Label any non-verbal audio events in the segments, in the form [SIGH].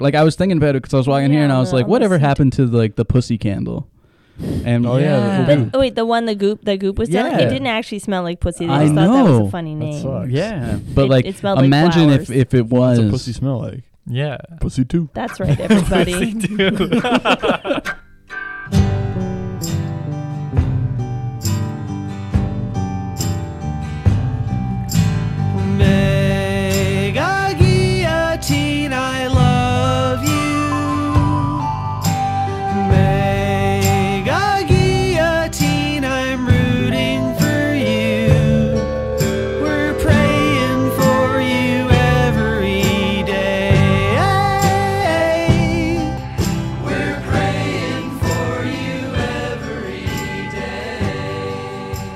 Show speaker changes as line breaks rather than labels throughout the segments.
Like I was thinking about it because I was walking here and I
Yeah,
was
the
like, whatever
Augustine-
happened to like the pussy candle? And
Oh, yeah,
yeah,
the-
Oh wait, the one the goop the goop was selling.
Yeah.
It didn't actually smell like pussy. They
I
just thought that was
know.
a funny
That
name.
sucks.
yeah. But
It-
like,
it smelled like
imagine if
flowers.
if it was
What's a pussy smell like?
Yeah.
Pussy too.
[LAUGHS]
That's right, everybody.
Pussy too.
Mega Guillotine, I love you. Mega Guillotine, I'm rooting for you. We're praying for you every day. We're praying for you every day.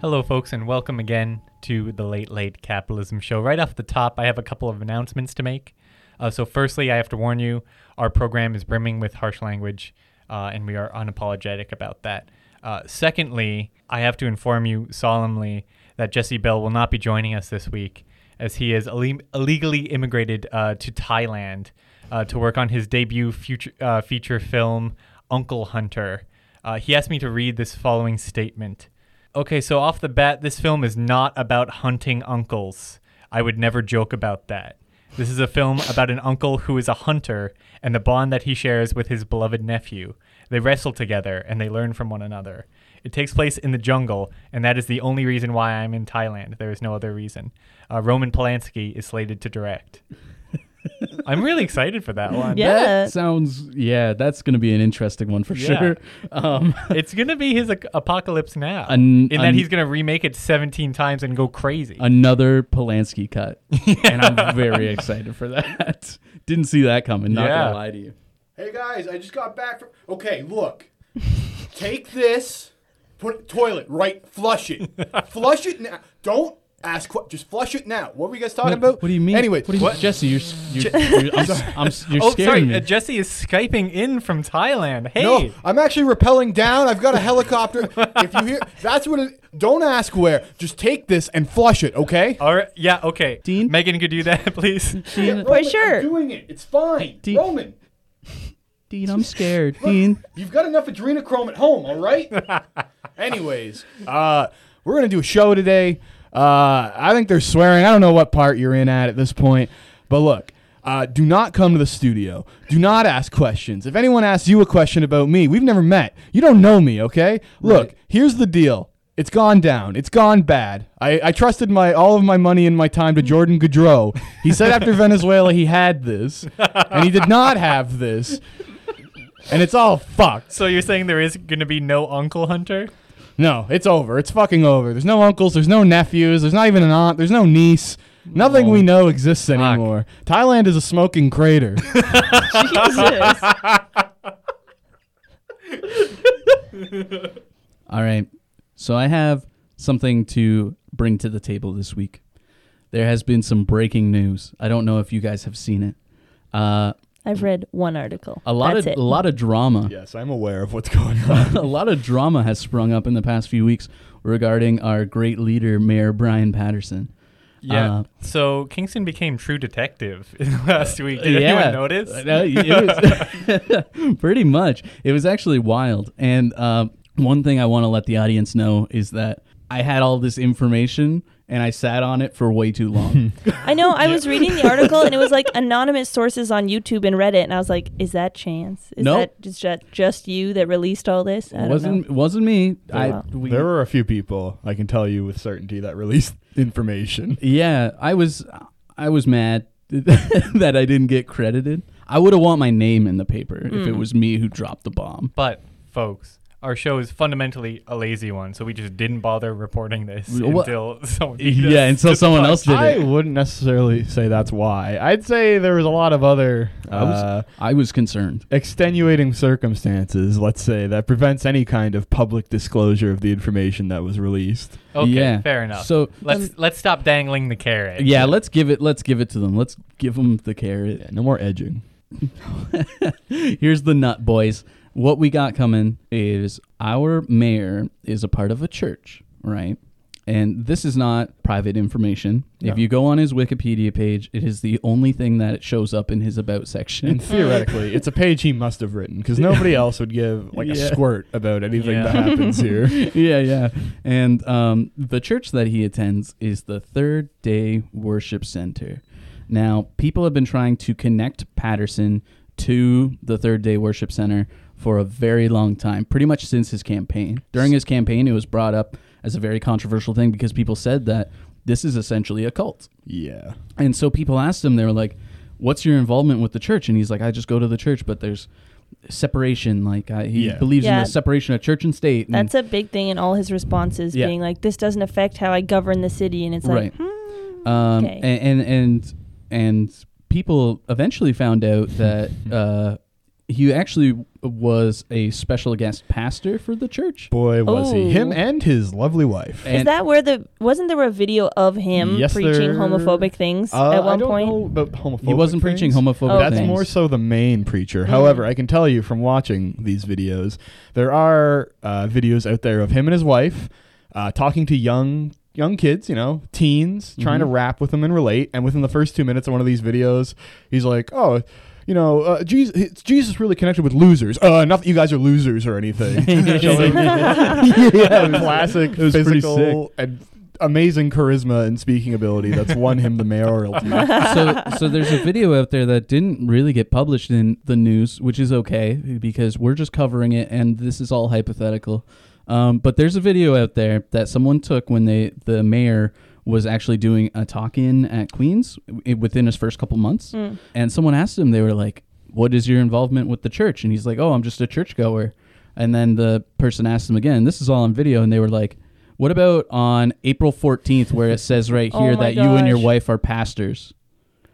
Hello, folks, and welcome again to the Late Late Capitalism Show. Right off the top, I have a couple of announcements to make. Uh, so, firstly, I have to warn you our program is brimming with harsh language, uh, and we are unapologetic about that. Uh, secondly, I have to inform you solemnly that Jesse Bell will not be joining us this week as he is ille- illegally immigrated uh, to Thailand uh, to work on his debut future, uh, feature film, Uncle Hunter. Uh, he asked me to read this following statement. Okay, so off the bat, this film is not about hunting uncles. I would never joke about that. This is a film about an uncle who is a hunter and the bond that he shares with his beloved nephew. They wrestle together and they learn from one another. It takes place in the jungle, and that is the only reason why I'm in Thailand. There is no other reason. Uh, Roman Polanski is slated to direct. I'm really excited for that one.
Yeah.
That sounds yeah. That's gonna be an interesting one for
Yeah.
sure. [LAUGHS] Um,
It's going to be his ac- apocalypse now.
An-
in that
an-
he's going to remake it 17 times and go crazy.
another Polanski [LAUGHS] cut, and I'm very excited for that. [LAUGHS] Didn't see that coming. Not
Yeah.
gonna lie to you.
Hey guys, I just got back from. Okay, look. [LAUGHS] Take this, put it toilet right,
[LAUGHS]
flush it, flush it now. Don't ask. que- Just flush it now. What were you guys talking about?
What do you mean?
Anyway,
what do you mean, Jesse? You're s- you're, you're, I'm, s- I'm, s- [LAUGHS] you're
oh,
scaring
sorry.
me.
Uh, Jesse is skyping in from Thailand. Hey,
No, I'm actually rappelling down. I've got
[LAUGHS]
a helicopter. if you hear, that's what. It, don't ask where. Just take this and flush it. Okay.
all right, yeah, okay.
Dean?
Megan, could you do that, [LAUGHS] please?
Yeah,
Dean,
Roman,
sure.
I'm doing it. It's fine.
do you-
Roman,
Dean, I'm [LAUGHS] scared. Dean,
You've got enough adrenochrome at home, all right? Anyways, uh, we're going to do a show today. Uh, I think they're swearing. I don't know what part you're in at at this point. But look, uh, do not come to the studio. Do not ask questions. If anyone asks you a question about me, we've never met. You don't know me, okay? Look, here's the deal. It's gone down. It's gone bad. I, I trusted my all of my money and my time to Jordan Gaudreau. He said after Venezuela he had this, and he did not have this, and it's all fucked.
So you're saying there is going to be no Uncle Hunter?
No, it's over. It's fucking over. There's no uncles. There's no nephews. There's not even an aunt. There's no niece. Nothing we know exists anymore. Thailand is a smoking
[LAUGHS]
crater.
Jesus.
all right. So I have something to bring to the table this week. There has been some breaking news. I don't know if you guys have seen it. Uh,
I've read one article.
a lot
That's
of
it.
a lot of drama.
[LAUGHS] yes, I'm aware of what's going
[LAUGHS]
on.
a lot of drama has sprung up in the past few weeks regarding our great leader, Mayor Brian Patterson. Uh,
so Kingston became True Detective [LAUGHS] last week. Did
yeah. Uh,
anyone notice?
No, it was- [LAUGHS] pretty much. It was actually wild. And uh, one thing I want to let the audience know is that I had all this information and I sat on it for way too long.
I know. I was reading the article and
[LAUGHS]
it was like anonymous sources on YouTube and Reddit, and I was like, "Is that chance? Is
Nope.
that is that just you that released all this?" I don't know.
wasn't wasn't me. I
Wow.
we,
there were a few people I can tell you with certainty that released [LAUGHS] information.
yeah. I was I was mad [LAUGHS] that I didn't get credited. I would have want my name in the paper if it was me who dropped the bomb.
[LAUGHS] but, folks, our show is fundamentally a lazy one, so we just didn't bother reporting this
Well,
until [LAUGHS] someone beat
Yeah,
us
until
to the
someone
punch.
else did
I
it.
wouldn't necessarily say that's why. I'd say there was a lot of other
I was,
uh,
I was concerned.
extenuating circumstances, let's say, that prevents any kind of public disclosure of the information that was released.
Okay,
Yeah.
fair enough.
So-
let's let's stop dangling the carrot.
Yeah, let's give it. Let's give it to them. Let's give them the carrot.
Yeah, no more edging.
Here's the nut, boys. What we got coming is our mayor is a part of a church, right? And this is not private information.
No.
If you go on his Wikipedia page, it is the only thing that it shows up in his about section.
And theoretically, it's a page he must have written because nobody else would give like
Yeah.
a squirt about anything
Yeah.
that happens here. [LAUGHS]
yeah, yeah. And um, the church that he attends is the Third Day Worship Center. Now, people have been trying to connect Patterson to the Third Day Worship Center for a very long time, pretty much since his campaign. During his campaign, it was brought up as a very controversial thing because people said that this is essentially a cult.
yeah.
And so people asked him, they were like, "What's your involvement with the church?" And he's like, "I just go to the church, but there's separation. Like I, he
Yeah.
believes in
Yeah.
the separation of church and state." And
That's a big thing in all his responses,
Yeah.
being like, "This doesn't affect how I govern the city," and it's
right.
like, hmm,
um,
okay.
and, and and and people eventually found
[LAUGHS]
out that uh, he actually was a special guest pastor for the church.
Boy, was he.
Ooh.
Him and his lovely wife.
"Is that where the wasn't there a video of him
Yes,
preaching
there-
homophobic things
Uh,
at one
I don't
point?"
know about homophobic
he wasn't preaching
things.
homophobic
Oh,
That's
things. [LAUGHS]
more so the main preacher.
Mm.
However, I can tell you from watching these videos, there are uh, videos out there of him and his wife uh, talking to young young kids, you know, teens, trying to
Mm-hmm.
rap with them and relate. And within the first two minutes of one of these videos, he's like, "Oh." You know, uh, Jesus, it's- Jesus really connected with losers. Uh, not that you guys are losers
[LAUGHS]
or anything. Showing- [LAUGHS] yeah, classic
was pretty
physical and amazing charisma and speaking ability that's won him
[LAUGHS]
the mayoral. to [LAUGHS]
so so there's a video out there that didn't really get published in the news, which is okay because we're just covering it and this is all hypothetical. Um, but there's a video out there that someone took when they the mayor was actually doing a talk-in at Queens i- within his first couple months,
Hmm.
and someone asked him, they were like, "What is your involvement with the church?" And he's like, "Oh, I'm just a churchgoer." And then the person asked him again, "This is all on video," and they were like. What about on April 14th, where it says right
[LAUGHS] Oh
here
my
that you and your
gosh.
wife are pastors?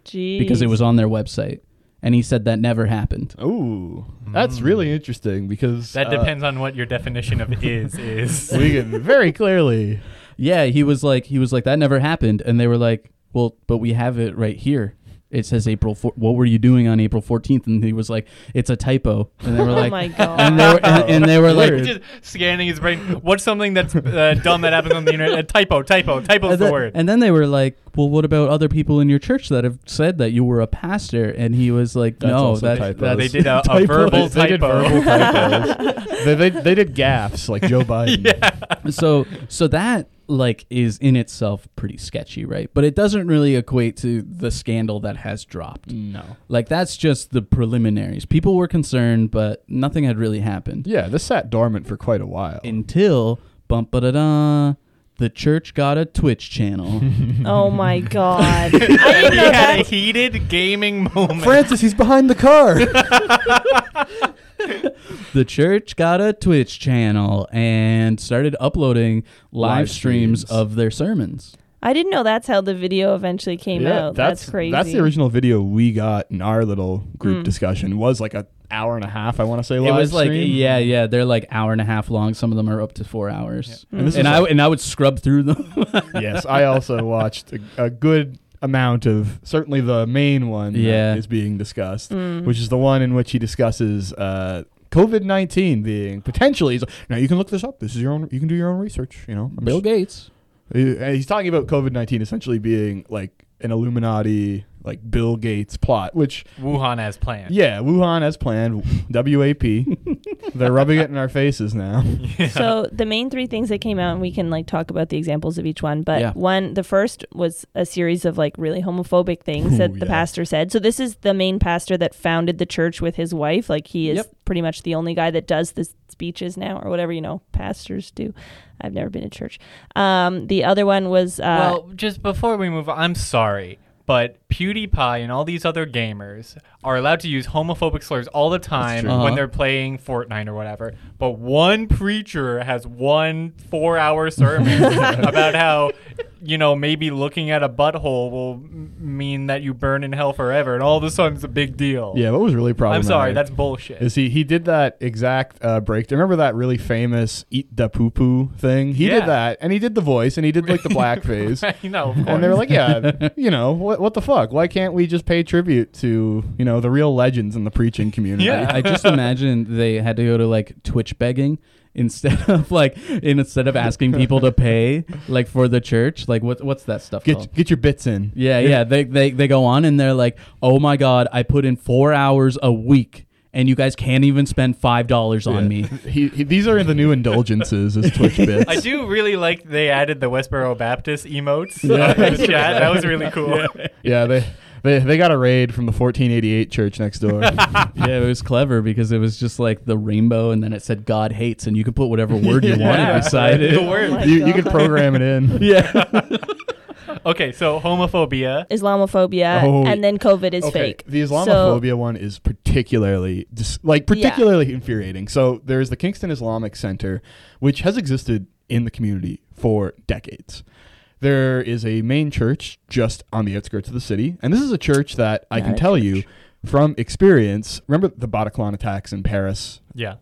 Jeez.
because it was
[LAUGHS]
on their website. And he said that never happened.
Ooh, that's really interesting because
That
uh,
depends on what your definition
[LAUGHS]
of is is.
we can very clearly.
Yeah, he was like, he was like, that never happened. And they were like, well, but we have it right here. It says April. Four- what were you doing on April 14th? And he was like, it's a typo. And they were
[LAUGHS] Oh
like,
my god!
and they were, and, and
[LAUGHS]
they were
He's
like,
just scanning his brain. What's something that's uh, dumb that happens on the internet? A typo, typo, typo's
and
the
then,
[LAUGHS] word.
and then they were like, well, what about other people in your church that have said that you were a pastor? And he was like,
That's
no,
also
that,
typos.
that's
they did a, a
[LAUGHS] Typos.
verbal
They did
typo. [LAUGHS]
verbal typos. they, they, they did gaffes like Joe
[LAUGHS]
Biden.
so so that like is in itself pretty sketchy, right? But it doesn't really equate to the scandal that has dropped.
Mm.
No.
Like that's just the preliminaries. People were concerned, but nothing had really happened
Yeah, this sat dormant for quite a while.
until bump da da. The church got a Twitch
[LAUGHS]
channel.
[LAUGHS] oh my god!
[LAUGHS]
I didn't
he
know
had a
that.
heated gaming moment.
Francis, he's behind the car.
the church got a Twitch channel and started uploading live,
Live
streams.
streams.
of their sermons.
I didn't know that's how the video eventually came out. That's, crazy.
That's the original video we got in our little group discussion. It was like an hour and a half, I want to say.
it
live
was like
stream.
yeah, yeah. They're like hour and a half long. Some of them are up to four hours.
And this
And
was
I and I would scrub through
[LAUGHS]
them.
yes, I also watched a, a good amount of certainly the main one that
Yeah.
is being discussed,
Mm. Mm-hmm.
which is the one in which he discusses uh, COVID nineteen being potentially. he's like, Now you can look this up. This is your own. You can do your own research. You know, I'm
Bill
just-
[LAUGHS] Gates.
he- and he's talking about COVID nineteen essentially being like an Illuminati, like Bill Gates plot, which
Wuhan as planned.
yeah, Wuhan as planned, WAP. They're rubbing it in our faces now.
So the main three things that came out, and we can like talk about the examples of each one. But
Yeah.
one, the first was a series of like really homophobic things
Ooh,
that the
yeah.
pastor said. So this is the main pastor that founded the church with his wife. Like he is
Yep.
pretty much the only guy that does the speeches now, or whatever you know pastors do. I've never been to church. Um, the other one was uh,
Well, just before we move on, I'm sorry, but PewDiePie and all these other gamers are allowed to use homophobic slurs all the time
true.
when
Uh-huh.
they're playing Fortnite or whatever. But one preacher has one four hour sermon
[LAUGHS]
about how, you know, maybe looking at a butthole will m- mean that you burn in hell forever, and all of a sudden it's a big deal.
Yeah, what was really
I'm
problematic?
sorry, that's bullshit. [LAUGHS]
Is he? He did that exact uh, break. Remember that really famous "eat the poo poo" thing? He
Yeah.
did that, and he did the voice, and he did
[LAUGHS]
like the blackface.
no, of
[LAUGHS] And they were
course. [LAUGHS]
like, "Yeah, you know what? What the fuck? Why can't we just pay tribute to you know the real legends in the preaching community?"
Yeah.
I just imagine they had to go to like Twitch begging instead [LAUGHS] of like in- instead of asking people to pay like for the church, like what what's that stuff called?
Get get your bits in.
Oh. Yeah, yeah. They, they they go on and they're like, "Oh my god, I put in 4 hours a week and you guys can't even spend $5 on me."
[LAUGHS] He, he, these are the new indulgences as Twitch bits.
[LAUGHS] I do really like they added the Westboro Baptist emotes uh, [LAUGHS] in the chat. That was
[LAUGHS]
really cool.
Yeah, they, they they got a raid from the 1488 church next
[LAUGHS]
door.
yeah, it was clever because it was just like the rainbow and then it said God hates and you could put whatever word you
[LAUGHS] Yeah.
wanted beside
The
it.
word.
my
you you could
God.
program it in.
[LAUGHS]
Yeah.
Okay, so homophobia.
Islamophobia,
Oh,
and then COVID is
okay,
fake.
The
So-
Islamophobia one is particularly dis- like
Yeah.
particularly infuriating. So there's the Kingston Islamic Center, which has existed in the community for decades. There is a main church just on the outskirts of the city, and this is a church that I
Not
can
a
tell you from experience. Remember the Bataclan attacks in Paris
Yeah.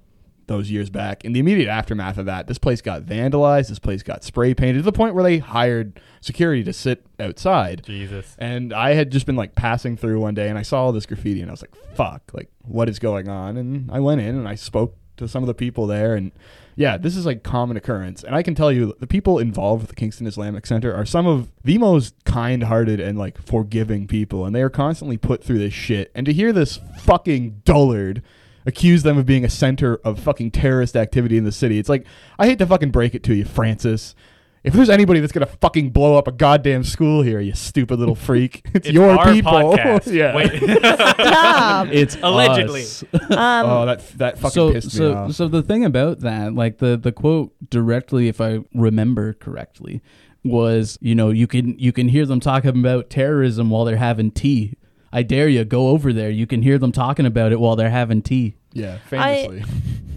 those years back. In the immediate aftermath of that, this place got vandalized. This place got spray painted to the point where they hired security to sit outside.
Jesus.
And I had just been like passing through one day and I saw all this graffiti and I was like, fuck, like what is going on? And I went in and I spoke to some of the people there and yeah, this is like common occurrence. And I can tell you the people involved with the Kingston Islamic Center are some of the most kind-hearted and like forgiving people and they are constantly put through this shit. And to hear this fucking dullard accuse them of being a center of fucking terrorist activity in the city. It's like I hate to fucking break it to you, Francis. If there's anybody that's gonna fucking blow up a goddamn school here, you stupid little freak, [LAUGHS] it's,
It's
your
our
people.
podcast.
[LAUGHS] yeah.
Wait.
[LAUGHS]
[LAUGHS]
Stop.
It's
[LAUGHS] Allegedly.
us.
Um,
Oh, that that fucking
so
pissed me
so
off.
so the thing about that, like the the quote directly, if I remember correctly, was you know you can you can hear them talking about terrorism while they're having tea. I dare you go over there. You can hear them talking about it while they're having tea.
yeah,
I-
famously.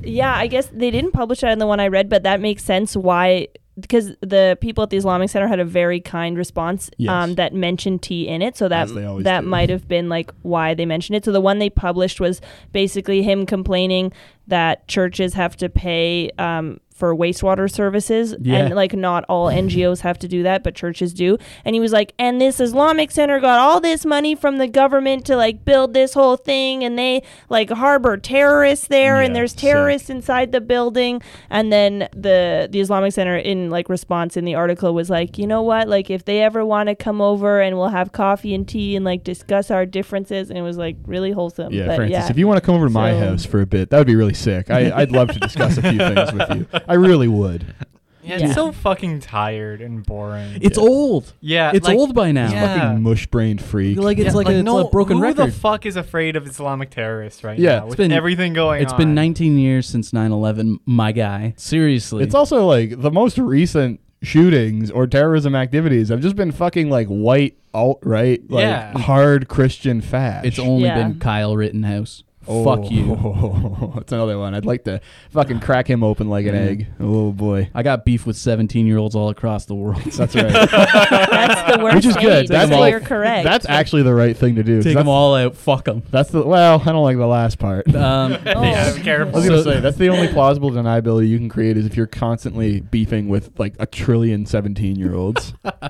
Yeah, I guess they didn't publish that in the one I read, but that makes sense why because the people at the Islamic Center had a very kind response
Yes.
um, that mentioned tea in it, so that
As they always
that
do.
might have been like why they mentioned it. So the one they published was basically him complaining that churches have to pay um, for wastewater services,
Yeah.
and like not
[LAUGHS]
all NGOs have to do that, but churches do. And he was like, and this Islamic Center got all this money from the government to like build this whole thing, and they like harbor terrorists there there, and
Yeah,
there's
sick.
terrorists inside the building and then the the Islamic Center in like response in the article was like you know what like if they ever want to come over and we'll have coffee and tea and like discuss our differences and it was like really wholesome
yeah,
but
Francis.
yeah [LAUGHS]
If you want to come over to my
So-
house for a bit, that would be really sick. I, I'd love to discuss
[LAUGHS]
a few things with you. I really would.
Yeah, it's
Yeah.
so fucking tired and boring.
It's old.
yeah,
it's
like-
old by now.
Yeah.
Fucking mush brained freak.
Like it's
Yeah,
like, a, it's
no-
a broken
who
record.
the fuck is afraid of Islamic terrorists right
Yeah,
now?
it's
with
been-
everything going
It's
on.
been 19 years since 9/11, my guy. Seriously.
It's also like the most recent shootings or terrorism activities have just been fucking like white alt right, like
Yeah.
hard Christian fash.
It's only
Yeah.
been Kyle Rittenhouse.
Oh, [LAUGHS]
Fuck you.
That's another one. I'd like to fucking crack him open like an egg. Oh boy.
I got beef with 17-year-olds all across the world.
[LAUGHS]
[LAUGHS]
That's right.
that's the worst
[LAUGHS] Which is good.
hate,
That's
so
all-
you're correct [LAUGHS]
That's actually the right thing to do.
[LAUGHS]
'cause
Take
that's,
them all out. Fuck
[LAUGHS]
them.
that's the well, I don't like the last part. [LAUGHS] I
Um,
Oh.
yeah, I'm careful.
was gonna
So-
say that's the only plausible deniability you can create is if you're constantly beefing with like a trillion 17 year olds. [LAUGHS]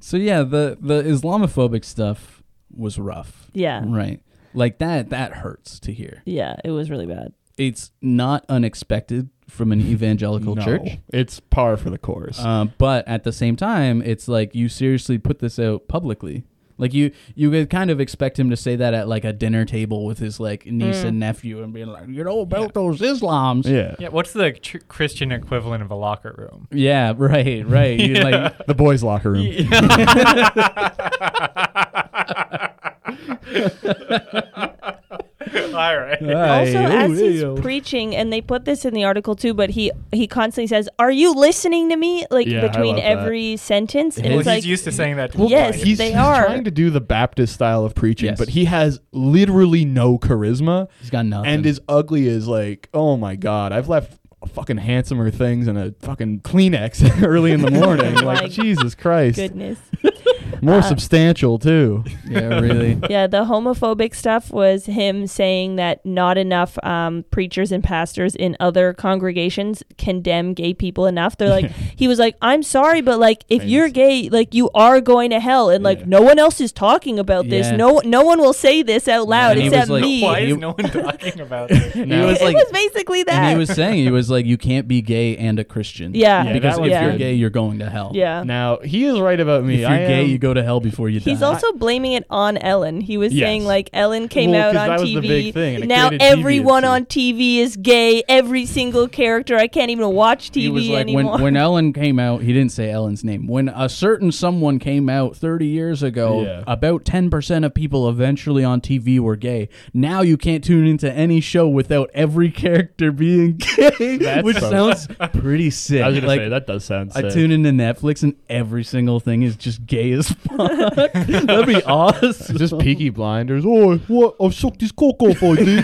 So yeah, the the Islamophobic stuff was rough.
yeah
Right. Like that that hurts to hear.
yeah it was really bad
It's not unexpected from an evangelical church.
It's par for the course.
Uh, but at the same time, it's like you seriously put this out publicly. Like you, you could kind of expect him to say that at like a dinner table with his like niece
Mm.
and nephew, and being like, you know about those Islams.
yeah.
Yeah, what's the tr- Christian equivalent of a locker room?
Yeah, right, right. You like
The boys' locker room.
[LAUGHS]
[LAUGHS]
All right.
also
oh,
Aye,
as
ooh,
he's
yeah.
preaching and they put this in the article too but he he constantly says are you listening to me like
Yeah, I
between
love that.
every sentence and
Well,
Well,
it's
he's
like
used to saying that. to
Well,
clients.
yes.
he's,
they
he's
are.
trying to do the Baptist style of preaching,
Yes.
but he has literally no charisma
he's got nothing.
and is ugly as like, oh my god, I've left fucking
[LAUGHS]
handsomer [LAUGHS] things in a fucking Kleenex early in the morning.
my
like Jesus Christ.
goodness
More substantial too.
uh, Yeah,
[LAUGHS]
really.
yeah, the homophobic stuff was him saying that not enough um, preachers and pastors in other congregations condemn gay people enough.
[LAUGHS]
They're like, he was like, I'm sorry, but like, if you're gay, like you are going to hell, and like
Yeah.
no one else is talking about this.
Yeah.
No, no one will say this out loud
and he was
except
like-
me. [LAUGHS]
Why
You-
is no one talking about this?
He was
it
like,
was basically that.
and he was saying he was like, you can't be gay and a Christian.
Yeah. Yeah,
because
that
if
was
you're
good.
gay, you're going to hell.
yeah.
Now he is right about me.
If you're
I
gay,
am-
you go to hell before you die.
He's also blaming it on Ellen. He was
Yes.
saying like Ellen came
Well,
out
'cause
on
that was
TV.
the big thing, and it
now
created
everyone
deviancy.
on TV is gay. Every single character. I can't even watch TV
he was like
anymore.
when when Ellen came out, he didn't say Ellen's name. When a certain someone came out 30 years ago,
Yeah.
about 10% of people eventually on TV were gay. Now you can't tune into any show without every character being [LAUGHS] gay,
That's
which
so-
sounds pretty sick.
I was gonna
like
say that does sound.
I
sick. [LAUGHS]
tune into Netflix and every single thing is just gay as [LAUGHS] fuck. That'd [LAUGHS] be awesome.
Just Peaky Blinders. Oh, what? I've sucked this cocoa for
[LAUGHS]
you.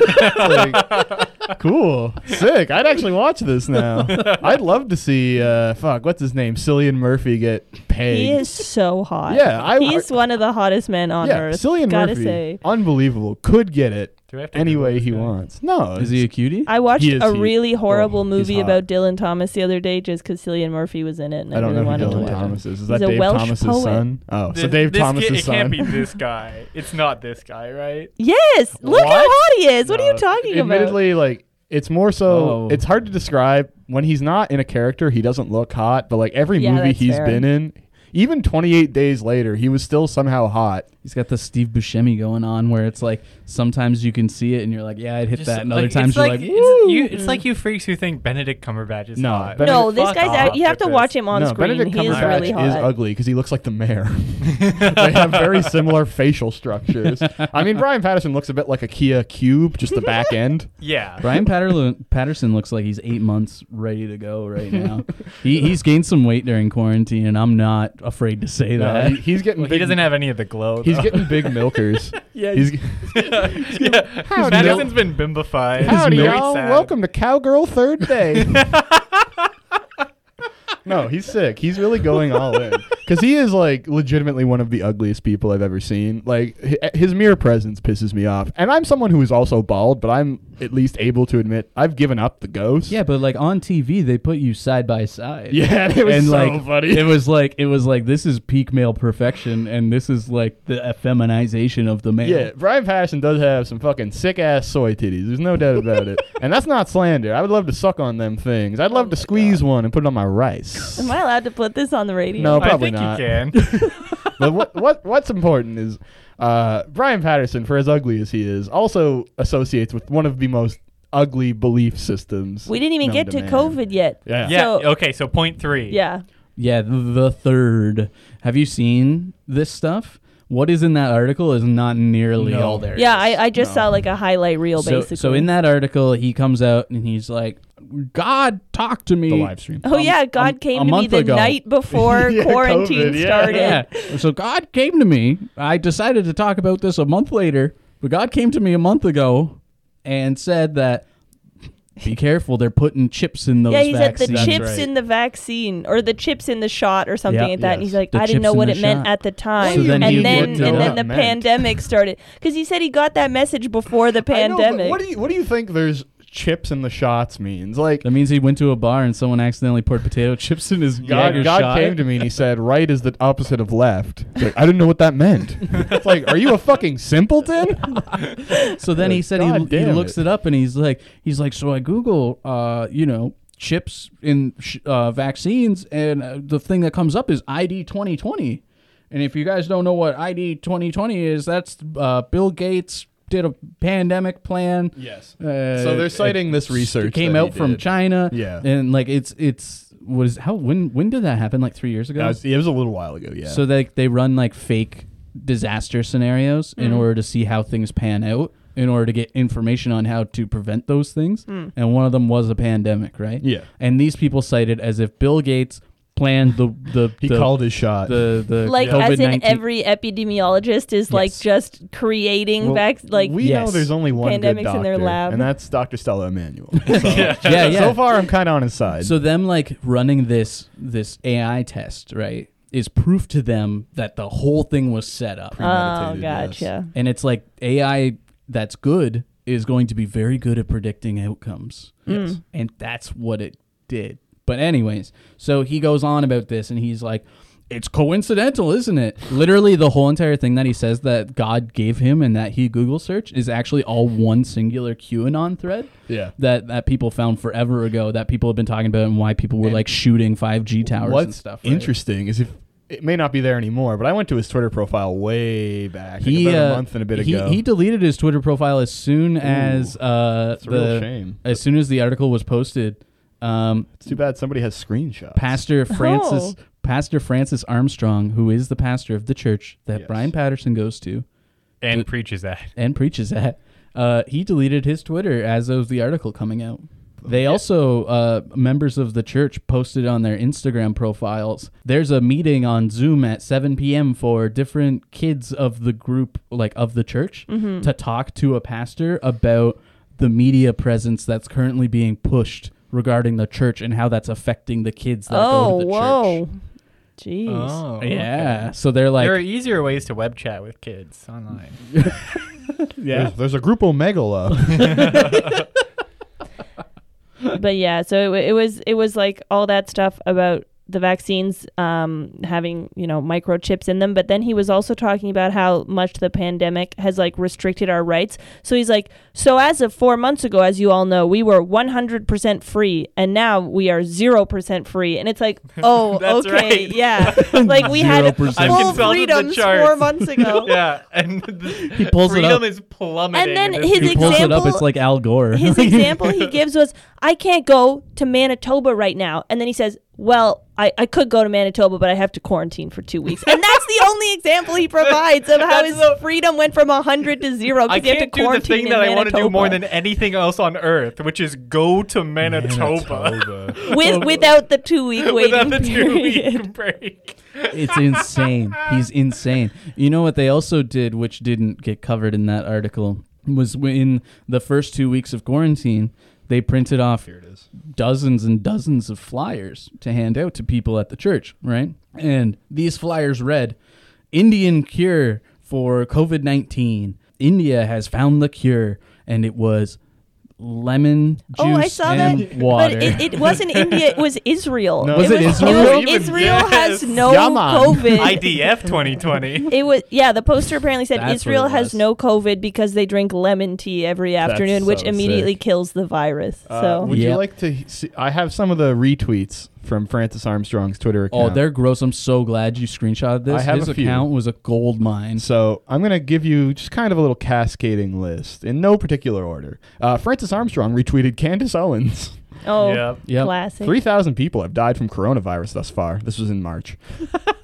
cool, sick. I'd actually watch
[LAUGHS]
this now. I'd love to see. Uh, fuck, what's his name? Cillian Murphy get paid.
He is so hot.
Yeah, I-
he's one of the hottest men on
yeah,
earth.
Cillian
gotta
Murphy,
say.
unbelievable. Could get it
Do I have to
any
Google
way
this
he
guy?
wants. No,
Is he a cutie?
I watched
He is
a
heat.
really horrible
Oh, he's
movie
hot.
about Dylan Thomas the other day just because Cillian Murphy was in it, and I,
I don't
really
know who
wanted to
Dylan
watch
Thomas is. Is
He's
that
a
Dave
Welsh
Thomas's
poet.
son? Oh, so
This-
Dave
this
Thomas's
kid- It
son.
can't
[LAUGHS]
be this guy. It's not this guy, right?
it. Yes, look how
What?
hot he is. What are you
No,
talking about?
Admittedly, like it's more so.
Oh.
It's hard to describe when he's not in a character. He doesn't look hot, but like every
Yeah,
movie
that's
he's
fair.
been in, even 28 days later, he was still somehow hot.
He's got the Steve Buscemi going on where it's like sometimes you can see it and you're like, yeah, I'd hit that. And other times
it's
you're
like,
like,
it's, you, it's like you freaks who think Benedict Cumberbatch is
No,
hot.
Benedict-
No, this
Fuck
guy's.
off
Out, you have
with
to
this.
watch him on
no,
screen.
Benedict
he is
Cumberbatch
really hot.
is ugly because he looks like
[LAUGHS]
the mayor. they have very similar facial structures. I mean, Brian Patterson looks a bit like a Kia Cube, just the back end.
Yeah.
Brian Patterlo- Patterson looks like he's eight months ready to go right
[LAUGHS]
now. he, he's gained some weight during quarantine, and I'm not afraid to say
No,
that.
[LAUGHS]
he- he's getting.
Well,
big,
he doesn't have any of the glow.
He's
though. [LAUGHS]
getting big milkers. yeah, he's
yeah.
Howdy,
Madison's been bimbified.
Howdy,
It's very
y'all.
sad.
Welcome to Cowgirl Third Day. [LAUGHS] no, he's sick. He's really going all in. Because he is, like, legitimately one of the ugliest people I've ever seen. Like, hi- his mere presence pisses me off. And I'm someone who is also bald, but I'm at least able to admit I've given up the ghost. [LAUGHS]
yeah, but like on TV, they put you side by side.
Yeah, it was
and
so
like
funny.
it was like it was like this is peak male perfection, and this is like the effeminization of the male.
[LAUGHS] Yeah, Brian Patterson does have some fucking sick ass soy titties. There's no doubt about it. And that's not slander. I would love to suck on them things. I'd love to squeeze one and put it on my rice.
Am I allowed to put this on the radio?
No,
I
probably
think
not.
you can.
but what, what what's important is uh, Brian Patterson, for as ugly as he is, also associates with one of the most ugly belief systems.
We didn't even
known
get to
man.
COVID yet.
Yeah.
yeah.
So-
okay. So point three.
Yeah.
yeah. th- The third. Have you seen this stuff? What is in that article is not nearly
No.
all there.
Yeah,
is.
I, I just saw like a highlight reel
so,
basically.
so in that article, he comes out and he's like, "God talked to me."
The live stream.
Oh
um,
yeah, God
um, a
came to me
month
the
ago.
night before
[LAUGHS] Yeah,
quarantine
COVID, yeah.
started.
yeah. So God came to me. I decided to talk about this a month later, but God came to me a month ago and said that be careful, they're putting chips in those
Yeah, he said
vaccines.
the chips
right.
in the vaccine or the chips in the shot or something
Yeah.
like that. And
Yes.
he's like,
The
I
chips
didn't know
in
what
the
it meant
shot.
at the time.
So then you
and then
would
and
know
then
what
the
it meant.
pandemic started because he said he got that message before the
I know, but
pandemic.
what do you what do you think there's chips in the shots means? Like
That means he went to a bar and someone accidentally poured potato chips in his
God,
Jaeger
God
shot.
came to me and he said, "Right is the opposite of left." It's Like, I didn't know what
[LAUGHS]
that meant. It's like, are you a fucking simpleton?
Uh, So then he
Like,
said
God
he, he
damn
looks
it.
it. up and he's like he's like so I Google uh you know chips in sh- uh, vaccines and uh, the thing that comes up is ID 2020. And if you guys don't know what ID 2020 is, that's uh, Bill Gates did a pandemic plan.
Yes.
Uh,
So they're citing
it-
this research
It came
that he
out from
did.
China.
Yeah.
And like it's it's was how when when did that happen? Like three years ago.
That was- it was a little while ago. Yeah.
So they they run like fake disaster scenarios in
Mm.
order to see how things pan out, in order to get information on how to prevent those things.
Mm.
And one of them was a pandemic, right?
Yeah.
And these people cited as if Bill Gates planned the the
[LAUGHS] he
the,
called his shot.
the the
like
COVID-19.
as in every epidemiologist is like
Yes.
just creating
Well,
vac like Oh,
we know
Yes.
there's only one good
Pandemics
doctor,
in their lab.
and that's Dr. Stella
[LAUGHS]
Emanuel.
yeah yeah.
[LAUGHS] So far, I'm kind of on his side.
So them like running this this AI test, right? is proof to them that the whole thing was set up.
Oh,
Premeditated, yes.
gotcha.
and it's like AI that's good is going to be very good at predicting outcomes. Yes. And that's what it did. But anyways, so he goes on about this and he's like it's coincidental, isn't it? Literally the whole entire thing that he says that God gave him and that he Google search is actually all one singular QAnon thread.
Yeah.
That that people found forever ago that people have been talking about and why people were like shooting 5G towers
What's
and stuff. right?
interesting is if it may not be there anymore, but I went to his Twitter profile way back, like
he
about
uh,
a month and a bit
he,
ago.
He deleted his Twitter profile as soon as uh,
a
the
real shame.
as soon as the article was posted. Um,
it's too bad somebody has screenshots.
pastor Francis
Oh.
Pastor Francis Armstrong, who is the pastor of the church that
Yes.
Brian Patterson goes to
and preaches that.
and preaches at, uh, he deleted his Twitter as of the article coming out. They also uh, members of the church posted on their Instagram profiles. There's a meeting on Zoom at 7 p.m. for different kids of the group, like of the church,
Mm-hmm.
to talk to a pastor about the media presence that's currently being pushed regarding the church and how that's affecting the kids that go
Oh,
to the
whoa.
church.
Jeez.
Yeah, so they're like,
Oh, there are easier ways to web chat with kids online.
yeah,
There's, there's a Grupo
[LAUGHS]
[LAUGHS] Megalo.
but yeah, so it, wa- it was it was like all that stuff about the vaccines um, having you know microchips in them. But then he was also talking about how much the pandemic has like restricted our rights. So he's like, so as of four months ago, as you all know, we were one hundred percent free, and now we are zero percent free. And it's
[LAUGHS]
like, oh,
That's
okay,
right. [LAUGHS]
yeah, like we had
0%.
I've
full
consulted the
freedoms
charts.
four months
[LAUGHS]
ago.
yeah, and the he
pulls it up.
freedom is plummeting.
And then
in this
he
his
people.
pulls it up.
example-
It's like Al
[LAUGHS]
Gore. [LAUGHS]
His example he gives was, I can't go to Manitoba right now. And then he says, Well, I, I could go to Manitoba, but I have to quarantine for two weeks. And that's the only example he provides
[LAUGHS]
of how
That's
his
the-
freedom went from 100 to zero. 'cause
I
you have to
can't do the
quarantine
thing
in
that I want to do
Manitoba.
more than anything else on earth, which is go to Manitoba. [LAUGHS]
Manitoba.
With, without the two week waiting
without the two
period.
[LAUGHS] week break.
it's insane. He's insane. You know what they also did, which didn't get covered in that article, was in the first two weeks of quarantine, they printed off
Here it is.
dozens and dozens of flyers to hand out to people at the church, right? And these flyers read Indian cure for COVID 19. India has found the cure, and it was lemon juice
Oh, I saw
and
that.
water.
But it, it wasn't India, it
[LAUGHS]
was Israel.
No.
Was it Israel?
was-
Even-
Israel
yes.
has no
Yaman.
COVID. [LAUGHS]
IDF 2020.
It was yeah. The poster apparently said
That's what
Israel
it
has
was.
no COVID because they drink lemon tea every afternoon,
so
which immediately
sick.
kills the virus.
Uh,
so
would you
Yep.
like to he- see? I have some of the retweets from Francis Armstrong's Twitter
Oh,
account.
they're gross. I'm so glad you screenshotted this.
I have
His
a few.
account was a gold mine.
So I'm going to give you just kind of a little cascading list in no particular order. Uh, Francis Armstrong retweeted Candace Owens.
oh,
Yep.
Yep.
classic.
3,000 people have died from coronavirus thus far. This was in March.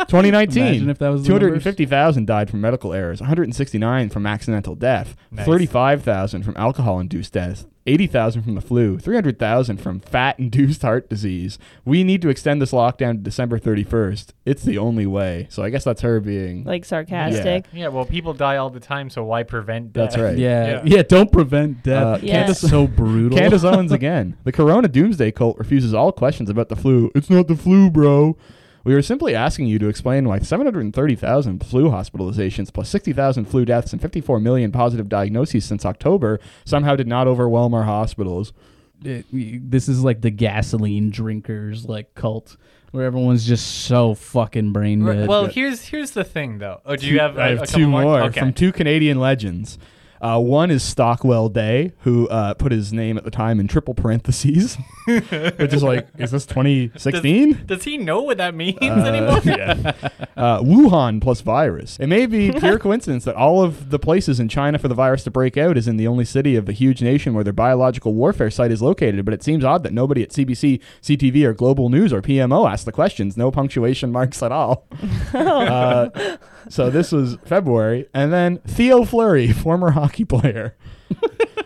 2019.
Imagine if that was the
250,000 died from medical errors, 169 from accidental death,
Nice.
35,000 from alcohol induced death, 80,000 from the flu, 300,000 from fat induced heart disease. We need to extend this lockdown to December 31st. It's the only way. So I guess that's her being.
like sarcastic.
Yeah, well, people die all the time, so why prevent death?
That's right.
Yeah. yeah,
Yeah.
Don't prevent death.
Uh,
Yeah. Candace-
so brutal.
Candace [LAUGHS] Owens again. The Corona Doomsday Cult refuses all questions about the flu. It's not the flu, bro. We were simply asking you to explain why 730,000 flu hospitalizations plus 60,000 flu deaths and 54 million positive diagnoses since October somehow did not overwhelm our hospitals.
[LAUGHS] It- y- this is like the gasoline drinkers like cult where everyone's just so fucking brain
Right,
dead.
Well, here's here's the thing though. Oh, do you have?
I
a-
have
a couple
two more,
Okay.
from two Canadian legends. Uh, one is Stockwell Day, who uh, put his name at the time in triple parentheses, [LAUGHS] which is like,
[LAUGHS]
is this 2016?
Does he know what that means
Uh,
anymore?
[LAUGHS] yeah.
[LAUGHS]
Uh, Wuhan plus virus. It may be pure coincidence that all of the places in China for the virus to break out is in the only city of a huge nation where their biological warfare site is located, but it seems odd that nobody at CBC, CTV, or Global News or PMO asked the questions. No punctuation marks at all.
[LAUGHS] Oh.
uh, so this was February. And then Theo Fleury, [LAUGHS] former hockey player.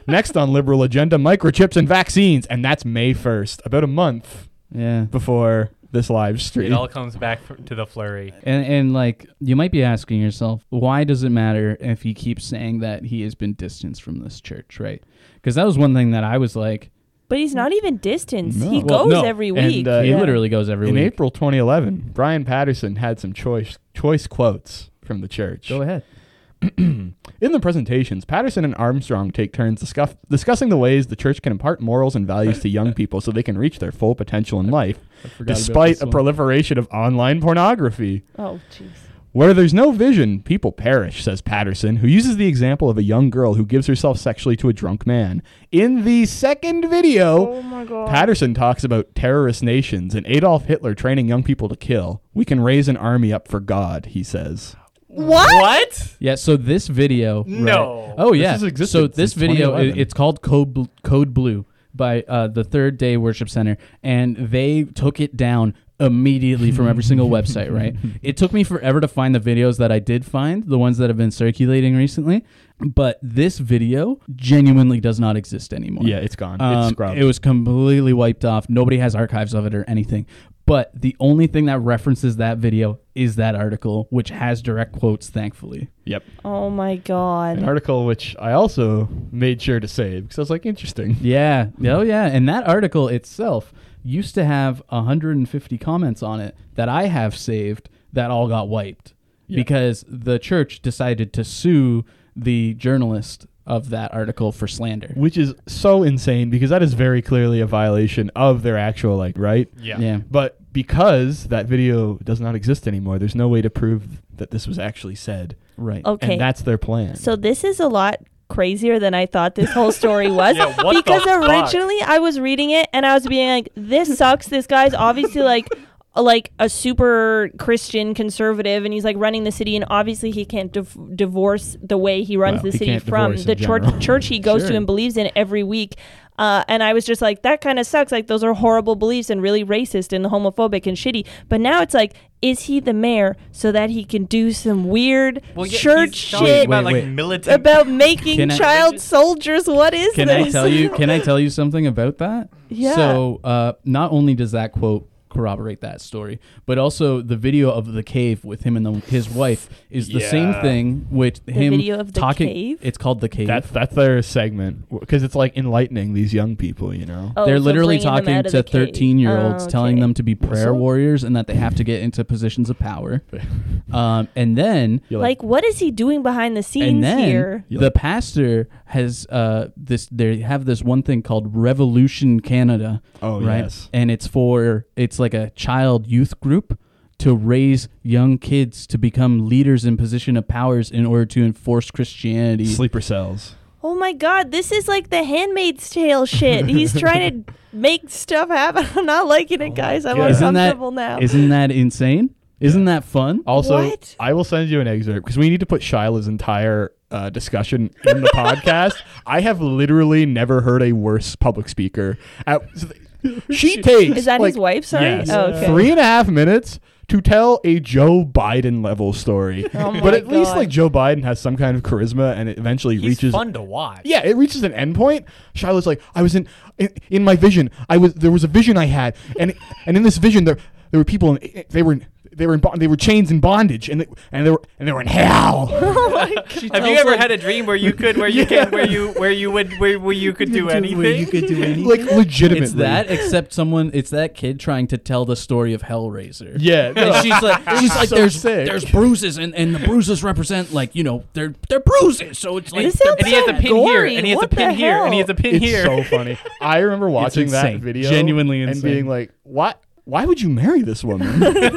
Next on liberal agenda, microchips and vaccines, and that's May first, about a month
yeah.
before this live stream.
It all comes back f- to the flurry.
And, and like you might be asking yourself, why does it matter if he keeps saying that he has been distanced from this church, right? Because that was one thing that I was like,
But he's not even distanced. He
Well,
goes
no.
every
And,
week.
uh,
He
Yeah.
literally goes every
In
week.
April 2011, Brian Patterson had some choice choice quotes from the church.
Go ahead.
In the presentations, Patterson and Armstrong take turns discuss- discussing the ways the church can impart morals and values
[LAUGHS]
to young people so they can reach their full potential in life,
forgot about
despite
this
a
one.
proliferation of online pornography.
oh, jeez.
Where there's no vision, people perish, says Patterson, who uses the example of a young girl who gives herself sexually to a drunk man. In the second video,
Oh my God.
Patterson talks about terrorist nations and Adolf Hitler training young people to kill. We can raise an army up for God, he says.
What?
What?
Yeah, so this video. right-
No.
Oh,
This
yeah.
has existed
so this
since
video, i-
2011.
it's called Code, Bl- Code Blue by uh, the Third Day Worship Center, and they took it down immediately from every single website,
[LAUGHS]
right? It took me forever to find the videos that I did find, the ones that have been circulating recently, but this video genuinely does not exist anymore.
Yeah, it's gone. it's
Um,
scrubbed.
it was completely wiped off. Nobody has archives of it or anything. But the only thing that references that video is that article, which has direct quotes, thankfully.
yep.
Oh my
An
God.
article which I also made sure to save because I was like, interesting.
Yeah. Oh, yeah. And that article itself used to have 150 comments on it that I have saved that all got wiped because the church decided to sue the journalist of that article for slander.
Which is so insane because that is very clearly a violation of their actual, like, right?
Yeah.
Yeah.
But because that video does not exist anymore, there's no way to prove that this was actually said.
Right.
Okay.
And that's their plan.
So this is a lot crazier than I thought this whole story was
Yeah, what the
because
fuck?
originally I was reading it and I was being like this sucks this guy's obviously like a- like a super Christian conservative and he's like running the city and obviously he can't div- divorce the way he runs
Well,
the
he
city
can't
from
divorce in
the church
general.
church he goes
Sure.
to and believes in every week uh, and I was just like, that kind of sucks. Like, those are horrible beliefs and really racist and homophobic and shitty. But now it's like, is he the mayor so that he can do some weird
Well, yeah,
church
he's talking
shit?
about like
Wait, wait.
militant.
about making
Can I-
child soldiers. What is
Can
this?
I tell you?
[LAUGHS]
Can I tell you something about that?
Yeah.
So, uh, not only does that quote corroborate that story, but also the video of the cave with him and the, his wife is the same
Yeah.
thing. With him
video of the
talking,
cave?
it's called the cave.
That's that's their segment because it's like enlightening these young people, you know.
Oh,
They're
for
literally
bringing them
talking
out of
to
the cave.
13 year olds,
Oh,
telling
okay.
them to be prayer
So-
warriors and that they have to get into positions of power.
[LAUGHS]
um, and then
You're
Like, what is he doing behind the scenes
and then
here?
You're
the
like-
pastor has uh, this. They have this one thing called Revolution Canada.
Oh,
right?
yes.
and it's for it's like a child youth group to raise young kids to become leaders in position of powers in order to enforce Christianity.
sleeper cells.
Oh my God, this is like the Handmaid's Tale shit. He's
[LAUGHS]
trying to make stuff happen. I'm not liking it, guys. I'm
God.
Isn't that
uncomfortable now.
isn't that insane? Isn't that fun?
Also,
What?
I will send you an excerpt because we need to put Shiloh's entire uh, discussion in the [LAUGHS] podcast. I have literally never heard a worse public speaker. At, [LAUGHS] she takes
Is that his
like,
wife? Sorry.
Yes.
Oh, okay.
Three and a half minutes to tell a Joe Biden level story.
Oh my
but at least
God.
like Joe Biden has some kind of charisma and it eventually
He's
reaches
fun to watch.
Yeah, it reaches an end point. Shiloh's like, I was in, in in my vision. I was there was a vision I had,
[LAUGHS]
and and in this vision there there were people in they were in, they were in bond, they were chains in bondage, and they, and they were and they were in hell. [LAUGHS]
Oh my God.
Have you ever had a dream where you could, where you can, where you, where you would, where, where you could do anything? [LAUGHS]
do anything.
like legitimately.
it's that, except someone. It's that kid trying to tell the story of Hellraiser. [LAUGHS]
Yeah. no.
And she's
[LAUGHS]
like, she's like,
So
there's
sick.
there's bruises, and, and the bruises represent like you know they're they're bruises, so it's like
This sounds
and he has
so
a pin here,
gory.
and he has
What
a pin
the
here, and he has a
hell?
pin
it's
here.
so funny. I remember watching that
insane.
video,
Genuinely
and
insane.
being like, what? Why would you marry
[LAUGHS]
this woman?
[LAUGHS]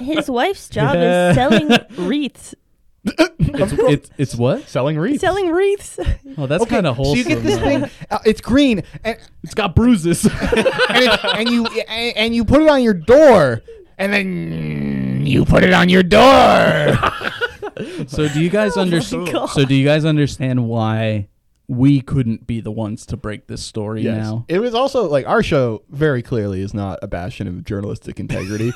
His wife's job
Yeah. [LAUGHS]
is selling wreaths.
it's, it's it's what?
Selling wreaths.
Selling
[LAUGHS]
wreaths.
Oh, that's kind of
So
wholesome.
you get this
though.
thing. Uh, it's green, and
It's got bruises.
[LAUGHS] and, it, and you and, and you put it on your door, and then you put it on
[LAUGHS]
your door.
so do you guys
Oh
God.
understand? So do you guys understand why we couldn't be the ones to break this story now?
It was also like our show very clearly is not a bastion of
[LAUGHS]
journalistic integrity.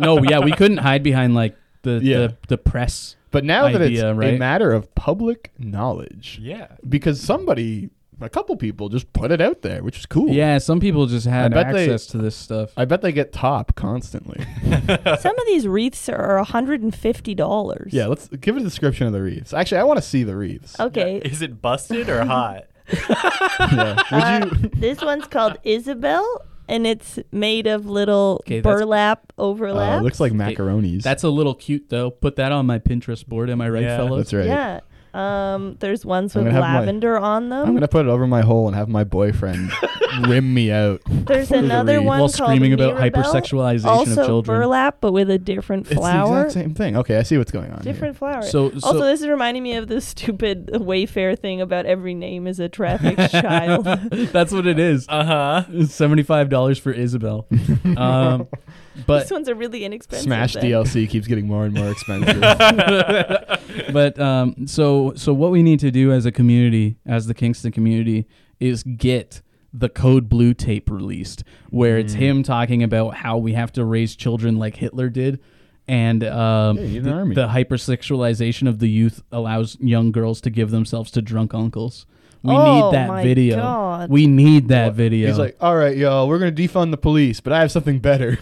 no, yeah, we couldn't hide behind like the
Yeah.
the, the press.
but now that it's
Idea,
a
right?
matter of public knowledge,
[LAUGHS] Yeah.
because somebody, a couple people, just put it out there, which is cool.
Yeah, some people just had
bet they-
access to this stuff.
I bet they get
[LAUGHS]
top constantly.
Some of these wreaths are $150.
yeah, let's give a description of the Reeves. Actually, I want to see the Reeves.
Okay. [LAUGHS]
Is it busted or hot?
[LAUGHS]
Uh, this one's called Isabel, and it's made of little
'Kay, that's-
burlap
Uh,
overlap.
looks like macaronis.
That's a little cute though. Put that on my Pinterest board. Am I right,
Yeah.
fellas?
that's right.
yeah. Um, there's ones
I'm
with
gonna have my-
lavender on them.
I'm gonna put it over my hole and have my boyfriend [LAUGHS] rim me out.
There's
for the
another
read.
one
While
called
screaming about
Mirabelle,
hypersexualization of
also
children.
burlap, but with a different
It's the
flower.
exact same thing. Okay, I see what's going on. here. [LAUGHS]
Different flower.
So- so-
also, this is reminding me of this [LAUGHS] stupid Wayfair thing about every name is
[LAUGHS]
a trafficked [LAUGHS] child.
That's what it
[LAUGHS]
is.
Uh huh.
Seventy-five dollars for Isabel. Um, but
These ones are really inexpensive. [LAUGHS]
Smash
then.
DLC keeps getting more and more [LAUGHS] expensive.
but um, so so what we need to do as a community, as the Kingston community, is get the Code Blue tape released, where
Mm.
it's him talking about how we have to raise children like Hitler did. And um,
Yeah, you need an
the,
army.
the hypersexualization of the youth allows young girls to give themselves to drunk uncles. We
Oh
need that
my
video.
God.
We need that video.
He's like, all right, y'all, we're gonna defund the police, but I have something better.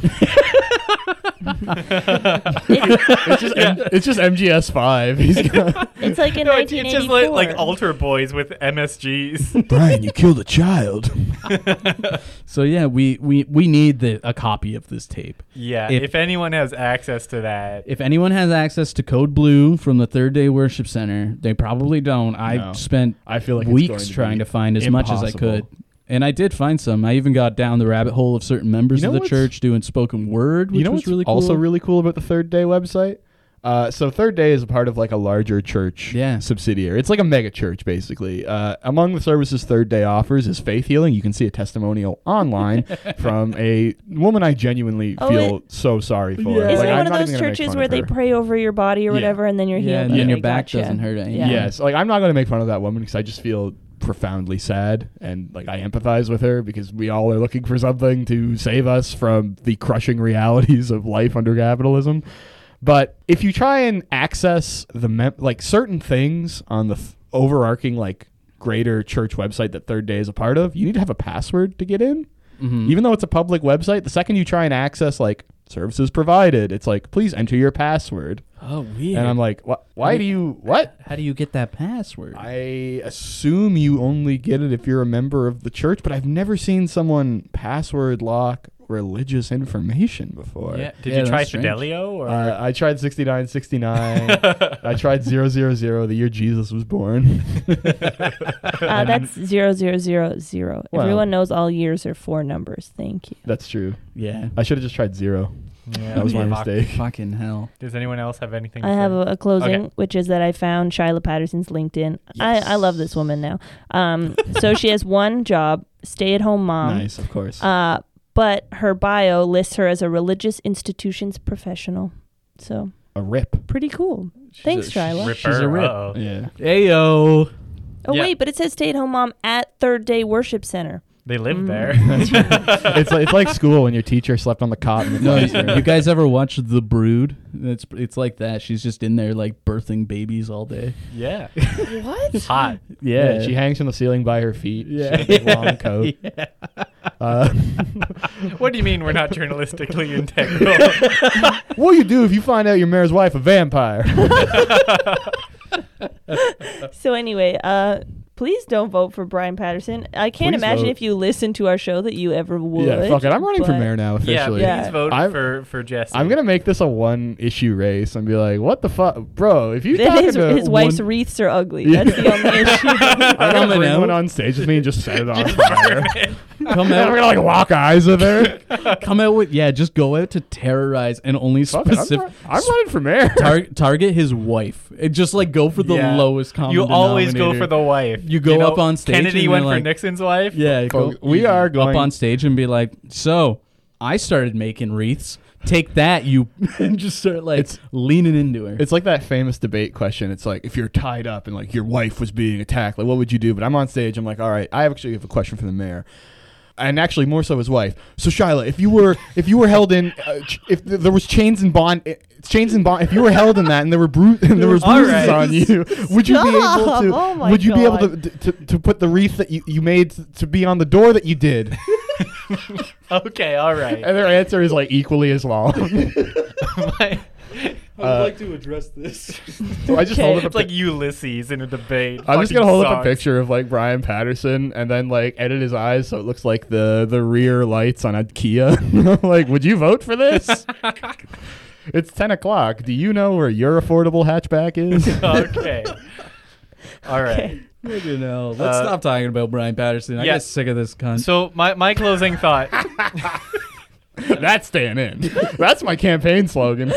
[LAUGHS] it's, just M- it's just MGS five. [LAUGHS] He's got,
It's like in
No, it's, it's
1984.
just like, like altar boys with
[LAUGHS]
MSGs.
Brian, you killed a child.
so yeah, we we we need the, a copy of this tape.
yeah.
If-
If, anyone has access to that,
If anyone has access to Code Blue from the Third Day Worship Center, they probably don't. I
No.
spent
I feel like it's going
weeks
to
trying to
be
find as much as I could.
impossible.
And I did find some. I even got down the rabbit hole of certain members
You know
of the
what's-
church doing spoken word, which
you know
was
what's
really cool.
also really cool about the Third Day website? Uh, so Third Day is a part of like a larger church
Yeah.
subsidiary. It's like a mega church basically. Uh, among the services Third Day offers is faith healing. You can see a testimonial
[LAUGHS]
online from a woman I genuinely
Oh,
feel so sorry for.
Yeah.
Isn't
Like, I'm
it one
not
of
even
those
gonna make
churches
fun
where
of
they
her.
pray over your body or
Yeah.
whatever, and then you're
Yeah, and
healed?
then
Okay,
your back
gotcha.
doesn't hurt anymore. Yeah.
Yes, like I'm not going to make fun of that woman because I just feel profoundly sad and like I empathize with her because we all are looking for something to save us from the crushing realities of life under capitalism. But if you try and access the mem- like certain things on the th- overarching like greater church website that Third Day is a part of, you need to have a password to get in.
Mm-hmm. Mm.
Even though it's a public website, the second you try and access like services provided, it's like please enter your password.
oh weird.
And I'm like, "Wh- why do you what?
how do you get that password?
I assume you only get it if you're a member of the church, but I've never seen someone password lock religious information before.
yeah. Did
Yeah,
you try
that's strange.
Fidelio or [LAUGHS]
Uh, I tried 6969. I tried 000, the year Jesus was
[LAUGHS]
born.
Uh, that's zero zero zero zero.
Well-
Everyone knows all years are four numbers. Thank you.
That's true.
yeah.
I should have just tried zero.
Yeah,
That was my
fuck.
mistake.
Fucking hell.
Does anyone else have anything?
I
to
have
say?
a, a closing,
Okay.
which is that I found Shyla Patterson's LinkedIn. I, I love this woman now. Um, so she has one job, stay at home
Um,
mom.
nice, of course.
Uh, but her bio lists her as a religious institutions professional. So
a rip.
pretty cool. Thanks,
a-
Shyla.
Ripper.
She's a rip.
uh-oh.
Yeah. [LAUGHS]
Ayo.
oh,
yeah.
wait, but it says stay at home mom at Third Day Worship Center.
They live
Mm.
there. [LAUGHS]
it's, like, it's like school when your teacher slept on the
[LAUGHS]
cot. in the
No,
classroom.
you guys ever watched The Brood? It's it's like that. She's just in there like birthing babies all day.
yeah.
[LAUGHS]
[LAUGHS]
What?
Hot.
Yeah, she hangs from the ceiling by her feet.
Yeah.
She has a long coat. Uh, [LAUGHS]
What do you mean we're not journalistically integral?
[LAUGHS] what do you do if you find out your mayor's wife a vampire? [LAUGHS]
[LAUGHS] So anyway, uh, please don't vote for Brian Patterson. I can't
Please
imagine
vote.
if you listened to our show that you ever would.
yeah, fuck it. I'm running for
but- [LAUGHS]
mayor now
yeah,
officially.
Yeah.
please vote
I'm-
for for Jesse.
I'm gonna make this a one issue race and be like, what the fuck, bro? If you
Then
talking
his,
to
his wife's [LAUGHS]
one,
wreaths are ugly.
Yeah.
That's the
[LAUGHS]
only issue.
I'm gonna
coming
bring
out.
one on stage with me and just set it
[LAUGHS]
on fire.
Come
and
out
we're [LAUGHS] gonna like lock eyes with her.
come out with yeah just go out to terrorize and only
Fuck it, I'm,
specific
run- I'm running for mayor.
[LAUGHS] tar- target his wife and just like go for [LAUGHS] the
Yeah.
lowest common
You always go for
denominator.
the wife.
You go up on stage
Kennedy
and you're
went
like-
for Nixon's wife.
yeah
Fuck,
go
we are
up
going-
on stage and be like so i started making wreaths take that you [LAUGHS] and just start like
It's-
leaning into her
It's like that famous debate question. It's like if you're tied up and like your wife was being attacked, like what would you do? But I'm on stage. I'm like, all right, I actually have a question for the mayor, and actually more so his wife. So Shyla, if you were if you were held in, uh, ch- if th- there was chains and bond, eh, chains and bond, if you were held in that and there were bru- and there was
All
bruises
right.
on you, would you be able
Stop.
to?
Oh my
would you be able
God.
to, to to put the wreath that you, you made t- to be on the door that you did?
[LAUGHS] Okay. All right. [LAUGHS]
And their answer is like equally as long.
My-
I
uh,
would like to address
[LAUGHS]
this.
[LAUGHS] So I just hold up a
uh, It's like Ulysses in a debate.
I'm just
Fucking
gonna hold up a
sucks.
picture of like Brian Patterson and then like edit his eyes so it looks like the the rear lights on a Kia. [LAUGHS] like, would you vote for
[LAUGHS]
this? it's ten o'clock. Do you know where your affordable
[LAUGHS]
hatchback is? [LAUGHS]
okay. All right.
you know, let's
Uh,
stop talking about Brian Patterson. I
yeah.
get sick of this cunt.
So my, my closing thought.
[LAUGHS]
That's staying in. That's my
[LAUGHS]
campaign slogan.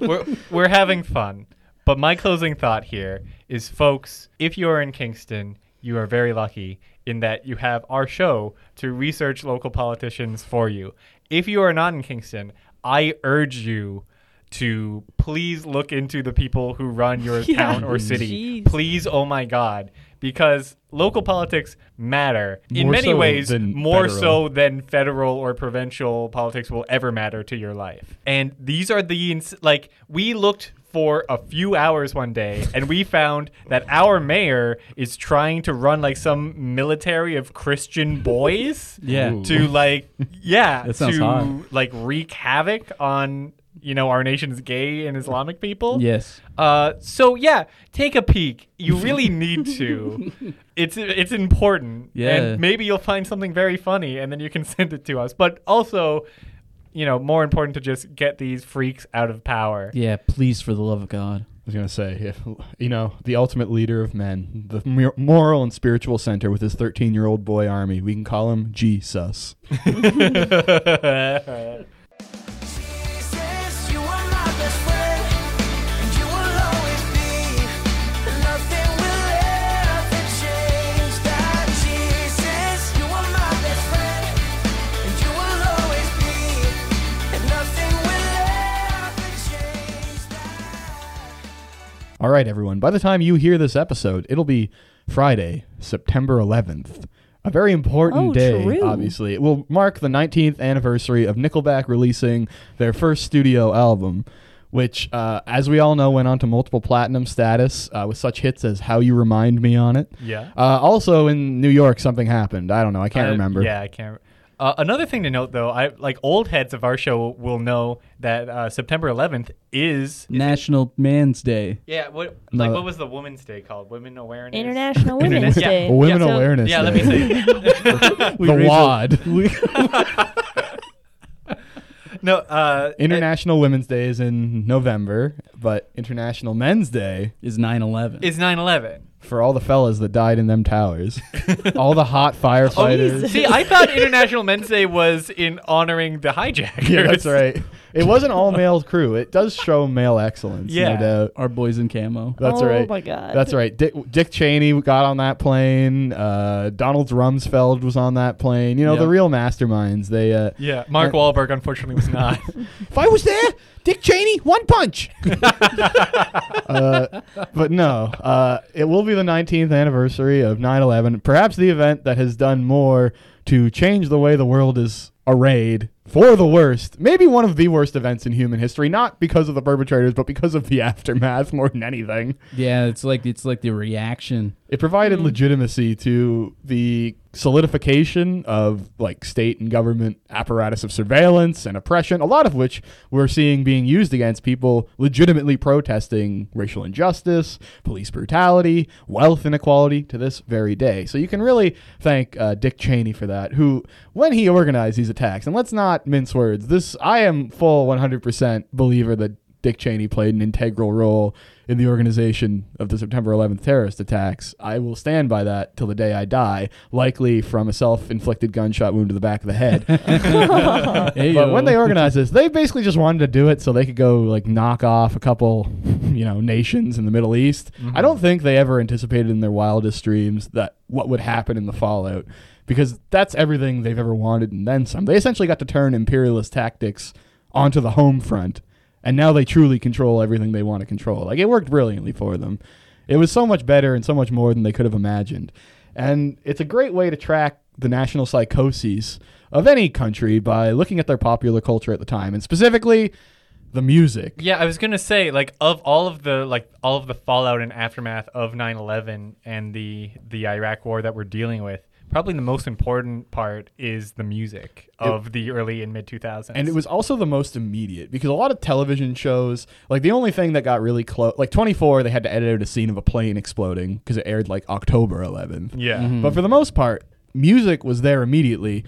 we're, we're having fun. But my closing thought here is, folks, if you are in Kingston, you are very lucky in that you have our show to research local politicians for you. If you are not in Kingston, I urge you to please look into the people who run
[LAUGHS]
your
Yeah.
town or city.
Jeez.
Please, oh my God. Because local politics matter in
More
many
so
ways,
than
more
federal.
so than federal or provincial politics will ever matter to your life. And these are the ins- like we looked for a few hours one day and we found that our mayor is trying to run like some military of Christian boys
Yeah.
Ooh.
to like yeah
[LAUGHS] That sounds
to
hot.
like wreak havoc on you know our nation's gay and Islamic people.
Yes.
Uh, so yeah, take a peek.
[LAUGHS]
You really need to. It's it's important.
Yeah.
And maybe you'll find something very funny, and then you can [LAUGHS] send it to us. But also, you know, more important to just get these freaks out of power.
Yeah, please, for the love of God.
I was gonna say, if you know, the ultimate leader of men, the mor- moral and spiritual center with his 13 year old boy army. We can call him Jesus.
Jesus, you are my best friend, and you will always be. Nothing will ever change that. Jesus, you are my best friend, and you will always be. And nothing will ever change that.
All right, everyone. By the time you hear this episode, it'll be Friday, September 11th. A very important
Oh,
day,
true.
obviously. It will mark the 19th anniversary of Nickelback releasing their first studio album, which, uh, as we all know, went on to multiple platinum status uh, with such hits as How You Remind Me on it.
Yeah.
Uh, also in New York, something happened. I don't know. I can't
Uh,
[LAUGHS]
remember.
Yeah, I can't. Uh, another thing to note, though, I like old heads of our show will know that uh, September 11th is
National Man's Day.
yeah. What
No.
like what was the Women's Day called? Women Awareness
International Women's
Yeah.
Day.
Women
Yeah, so-
Awareness
Yeah, let
Day.
me say.
We [LAUGHS]
the
raise a-
WAD. [LAUGHS]
[LAUGHS] No, uh,
[LAUGHS] International Women's Day is in November, but International Men's Day
[LAUGHS] Is 9 11.
is 9/11.
for all the fellas that died in them towers, [LAUGHS] all the hot firefighters.
See, I thought International Men's Day was in honoring the hijackers.
[LAUGHS] yeah, that's right. It was an all male crew. It does show male excellence,
Yeah.
no doubt.
Our boys in camo.
That's
Oh
right.
my God.
That's right. Dick, Dick Cheney got on that plane. Uh, Donald Rumsfeld was on that plane. You know the
Yeah.
real masterminds. They. Uh,
Yeah, Mark
Uh,
Wahlberg unfortunately was
[LAUGHS]
not.
If I was there, Dick Cheney, one punch. [LAUGHS] uh, but no, uh, it will be the 19th anniversary of 9 11, perhaps the event that has done more to change the way the world is arrayed for the worst. Maybe one of the worst events in human history, not because of the perpetrators, but because of the aftermath more than anything.
Yeah, it's like it's like the reaction.
It provided legitimacy to the solidification of like state and government apparatus of surveillance and oppression, a lot of which we're seeing being used against people legitimately protesting racial injustice, police brutality, wealth inequality to this very day. So you can really thank uh, Dick Cheney for that, who, when he organized these attacks, and let's not mince words, this, I am full 100% believer that Dick Cheney played an integral role in the organization of the September 11th terrorist attacks. I will stand by that till the day I die, likely from a self inflicted gunshot wound to the back of the head. but
Ayo.
when they organized this, they basically just wanted to do it so they could go like knock off a couple, [LAUGHS] you know, nations in the Middle East. I don't think they ever anticipated in their wildest dreams that what would happen in the fallout because that's everything they've ever wanted and then some. They essentially got to turn imperialist tactics onto the home front and now they truly control everything they want to control. Like it worked brilliantly for them. It was so much better and so much more than they could have imagined. And it's a great way to track the national psychoses of any country by looking at their popular culture at the time and specifically the music.
yeah, I was gonna say like of all of the like all of the fallout and aftermath of 9/11 and the the Iraq War that we're dealing with, probably the most important part is the music of the early and mid 2000s.
And it was also the most immediate because a lot of television shows, like the only thing that got really close, like 24, they had to edit out a scene of a plane exploding because it aired like October 11th.
yeah.
But for the most part, music was there immediately.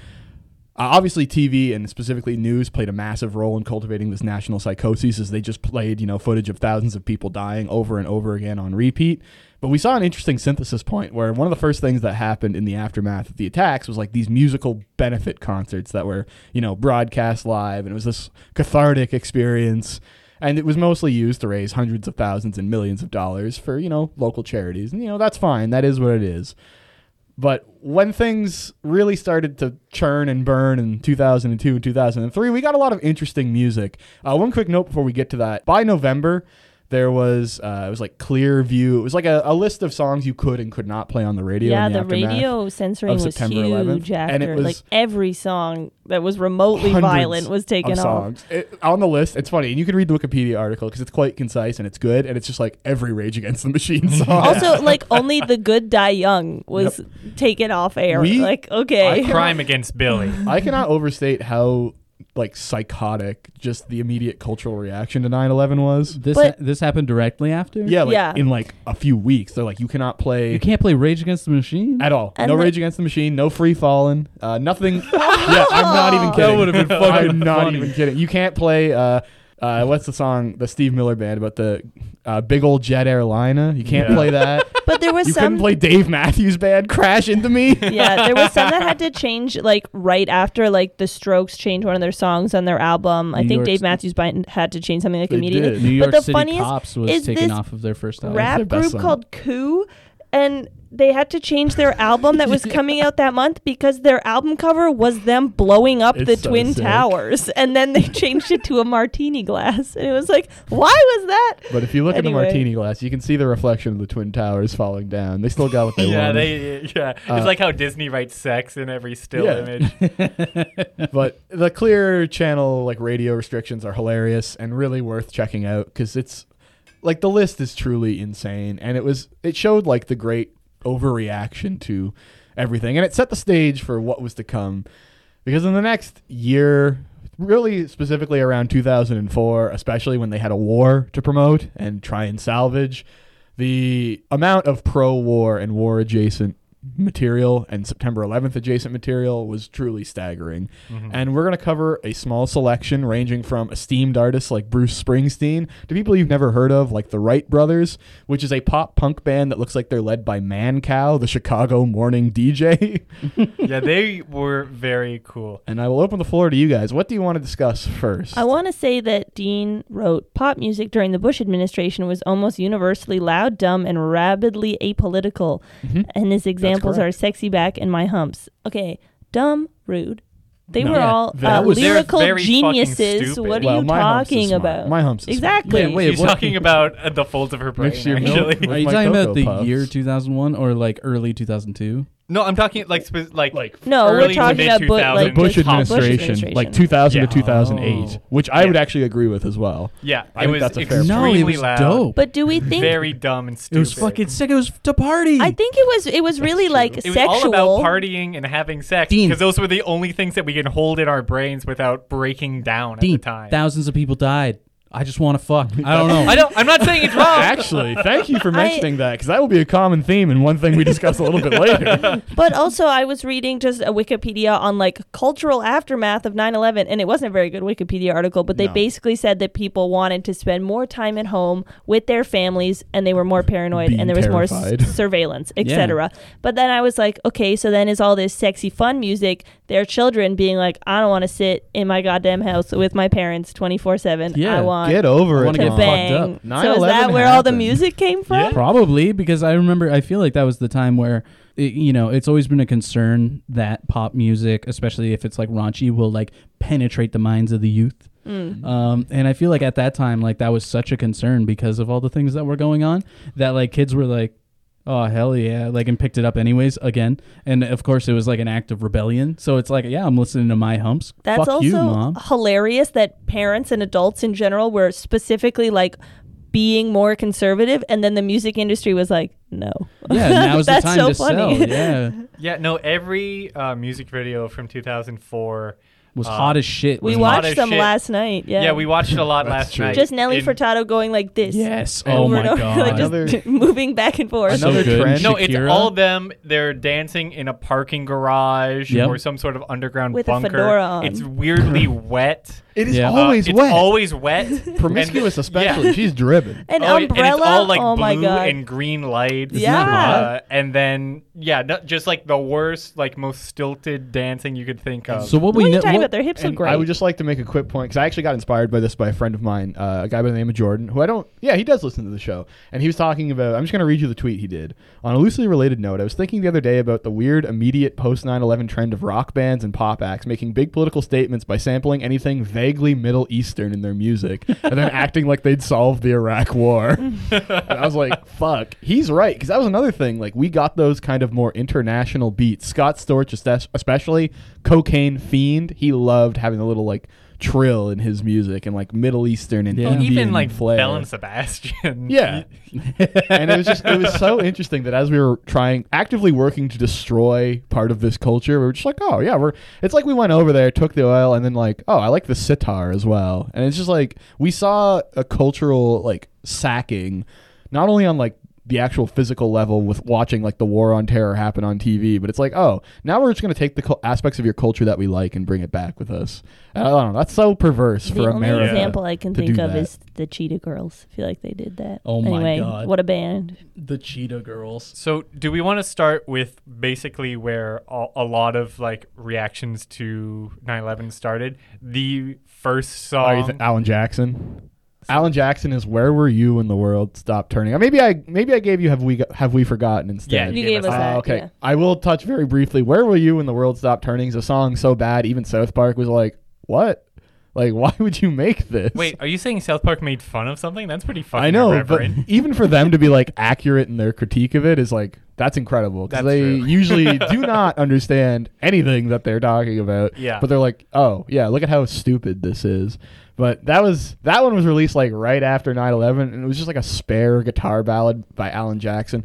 Uh, obviously, TV and specifically news played a massive role in cultivating this national psychosis as they just played, you know, footage of thousands of people dying over and over again on repeat. But we saw an interesting synthesis point where one of the first things that happened in the aftermath of the attacks was like these musical benefit concerts that were, you know, broadcast live. And it was this cathartic experience. And it was mostly used to raise hundreds of thousands and millions of dollars for, you know, local charities. And, you know, that's fine. That is what it is. But when things really started to churn and burn in 2002 and 2003, we got a lot of interesting music. Uh, one quick note before we get to that: by November, there was uh, it was like Clear View. It was like a, a list of songs you could and could not play on the radio.
Yeah,
in the,
the
aftermath.
radio censoring
of
was
September
huge
11th,
after.
and it was
like every song that was remotely
[LAUGHS] hundreds
violent was taken
of
off.
songs. It- on the list. It's funny, and you can read the Wikipedia article because it's quite concise and it's good. And it's just like every Rage Against the
[LAUGHS]
Machine song.
[LAUGHS]
[LAUGHS]
Also, like only the good die young was taken off air.
We-
like okay,
Crime against Billy.
I cannot overstate how like psychotic just the immediate cultural reaction to 9/11 was.
This
But-
this happened directly after.
Yeah, like
Yeah.
in like a few weeks, they're like, you cannot play
you can't play Rage Against the Machine.
at all.
And
no
like-
Rage Against the Machine, no Free Fallen, uh, nothing. yeah, I'm not even kidding.
would've been
[LAUGHS] I'm
fucking
not
funny.
even kidding. You can't play. Uh, uh, what's the song? The Steve Miller Band, but the uh, big old jet airliner. You can't
Yeah.
play that.
but there was
you
some
couldn't play Dave Matthews Band. Crash into me.
yeah, there was some that
[LAUGHS]
had to change like right after like the Strokes changed one of their songs on their album. I
New
think
York
Dave
Ci-
Matthews Band had to change something like
They
immediately.
did.
New
but
York
the
City
funniest
Cops was
is
taken
this
off of their first album.
rap
best
group
song.
called Coup, and they had to change their album that
[LAUGHS]
was coming out that month because their album cover was them blowing up
It's
the
so
twin
sick.
towers, and then they [LAUGHS] changed it to a martini glass, and it was like, why was that?
But if you look
Anyway.
at the martini glass, you can see the reflection of the Twin Towers falling down. They still got what [LAUGHS] they
yeah,
wanted.
they yeah.
Uh,
it's like how Disney writes sex in every still
Yeah.
image.
but the clear channel like radio restrictions are hilarious and really worth checking out because it's like the list is truly insane and it was it showed like the great overreaction to everything and it set the stage for what was to come because in the next year really specifically around 2004 especially when they had a war to promote and try and salvage the amount of pro-war and war adjacent material and September 11th adjacent material was truly staggering. And we're going to cover a small selection ranging from esteemed artists like Bruce Springsteen to people you've never heard of like the Wright Brothers, which is a pop punk band that looks like they're led by Man Cow, the Chicago morning [LAUGHS] DJ.
yeah, they were very cool.
and I will open the floor to you guys. What do you want to discuss first?
I want to say that Dean wrote pop music during the Bush administration was almost universally loud, dumb, and rabidly apolitical. And his examples are
Mm-hmm. correct.
Sexy Back and My Humps. Okay, dumb, rude. They were
Yeah,
all
that
uh,
was-
They're
lyrical
very fucking
geniuses.
stupid.
What are
Well,
you
My Humps is
talking
smart.
about?
My Humps is smart.
Exactly.
Wait,
She's
what-
talking about uh, the folds of her brain.
Mixed your milk
Actually,
with
Are you
my
talking about
Cocoa
the
Puffs.
year 2001 or like early 2002?
no, I'm talking like spe- like
Like,
No, we're
early to
talking about bu-
mid-2000s.
the
like,
Bush
just pop- Bush
administration,
administration.
like 2000
Yeah.
to 2008,
Oh.
which I would
Yeah.
actually agree with as well.
yeah, it
I think
was
that's a fair
extremely
point.
No, it was
loud,
dope.
But do we think?
very dumb and stupid.
It was fucking sick. It was to party.
I think it was. It was really like
It was
sexual.
all about partying and having sex
Dean.
because those were the only things that we could hold in our brains without breaking down
Dean,
at the time.
thousands of people died. I just want to fuck. I don't know.
I don't. I'm not saying it's wrong.
[LAUGHS] Actually, thank you for mentioning that because that will be a common theme and one thing we discuss a little bit later.
But also, I was reading just a Wikipedia on like cultural aftermath of 9 11, and it wasn't a very good Wikipedia article, but they
No.
basically said that people wanted to spend more time at home with their families and they were more paranoid
Being
and there was more
terrified. [LAUGHS]
s- surveillance,
Yeah.
etc. But then I was like, okay, so then is all this sexy, fun music their children being like, I don't want to sit in my goddamn house with my parents 24 7.
Yeah,
I want
[LAUGHS] Get over
I
it.
wanna
to
get
Tom.
fucked up.
bang. So is
9/11
that where all the
happened.
music came from?
Probably because I remember. I feel like that was the time where it, you know it's always been a concern that pop music, especially if it's like raunchy, will like penetrate the minds of the youth.
Mm.
Um, and I feel like at that time, like that was such a concern because of all the things that were going on. That like kids were like, "Oh hell yeah!" Like and picked it up anyways again. And of course, it was like an act of rebellion. So it's like, yeah, I'm listening to my humps.
That's
Fuck
also [LAUGHS]
you, mom.
hilarious that parents and adults in general were specifically like being more conservative, and then the music industry was like, no.
Yeah,
[LAUGHS]
now's the
That's
time
so
to
funny.
sell. Yeah,
Yeah, no, every uh, music video from 2004
was
uh,
hot as shit.
[LAUGHS]
wasn't
We
it?
lot
watched
of
them
shit.
last night. Yeah.
Yeah, we watched it a lot last
true.
night.
just Nelly
In-
Furtado going like this.
Yes.
And
Oh
over
my
and over, [LAUGHS]
god.
like just
Another-
moving back and forth.
So
[LAUGHS]
Another
good.
trend.
No, it's
Shakira?
all them. They're dancing in a parking garage
Yep.
or some sort of underground
With a
bunker.
fedora on.
It's weirdly wet.
It is
Yeah. Uh,
Uh,
always
it's
wet.
Always wet.
Promiscuous,
And-
especially.
yeah.
She's driven.
An
Oh, yeah,
umbrella.
And it's all like
oh
blue
my god.
and green lights.
Isn't that hot?
Uh, and then yeah, no, just like the worst, like most stilted dancing you could think of.
So what
what
we
are you
know,
talking
what-
about? Their hips are
And
great.
I would just like to make a quick point because I actually got inspired by this by a friend of mine, uh, a guy by the name of Jordan, who I don't. Yeah, he does listen to the show, and he was talking about. I'm just going to read you the tweet he did on a loosely related note. I was thinking the other day about the weird immediate post 9/11 trend of rock bands and pop acts making big political statements by sampling anything vaguely Middle Eastern in their music, and then acting like they'd solved the Iraq War. And I was like, fuck, he's right. Because that was another thing. Like, we got those kind of more international beats. Scott Storch, estes- especially Cocaine Fiend, he loved having a little, like, trill in his music and, like, Middle Eastern and
Yeah.
Indian
even like
flair.
Bell and Sebastian. [LAUGHS]
Yeah. [LAUGHS] and it was just it was so interesting that as we were trying actively working to destroy part of this culture, we were just like, oh yeah, we're it's like we went over there, took the oil, and then like, oh, I like the sitar as well. And it's just like we saw a cultural like sacking, not only on like the actual physical level with watching like the war on terror happen on TV, but it's like, oh, now we're just going to take the cul- aspects of your culture that we like and bring it back with us. And I don't know. That's so perverse
the
for
only
America.
example I can
to
think
do
of
that.
is the Cheetah Girls. I feel like they did that.
Oh my
anyway,
God.
What a band.
the Cheetah Girls.
So, do we want to start with basically where a, a lot of like reactions to 9/11 started? The first song.
Are you th- Alan Jackson? Alan Jackson is where were you when the world stopped turning? Uh, Maybe I maybe I gave you have we Got- have we forgotten instead.
You
gave
gave
us
us
Ah,
Uh,
that.
okay,
yeah.
I will touch very briefly. Where were you when the world stopped turning? Is a song so bad even South Park was like, what? Like, [LAUGHS] why would you make this?
Wait, are you saying South Park made fun of something? That's pretty fucking
I know, but
irreverent.
[LAUGHS] even for them to
[LAUGHS]
be like accurate in their critique of it is like that's incredible because
That's
they
true. [LAUGHS]
usually do not understand anything that they're talking about.
Yeah.
but they're like, oh yeah, look at how stupid this is. But that was that one was released like right after 9/11, and it was just like a spare guitar ballad by Alan Jackson.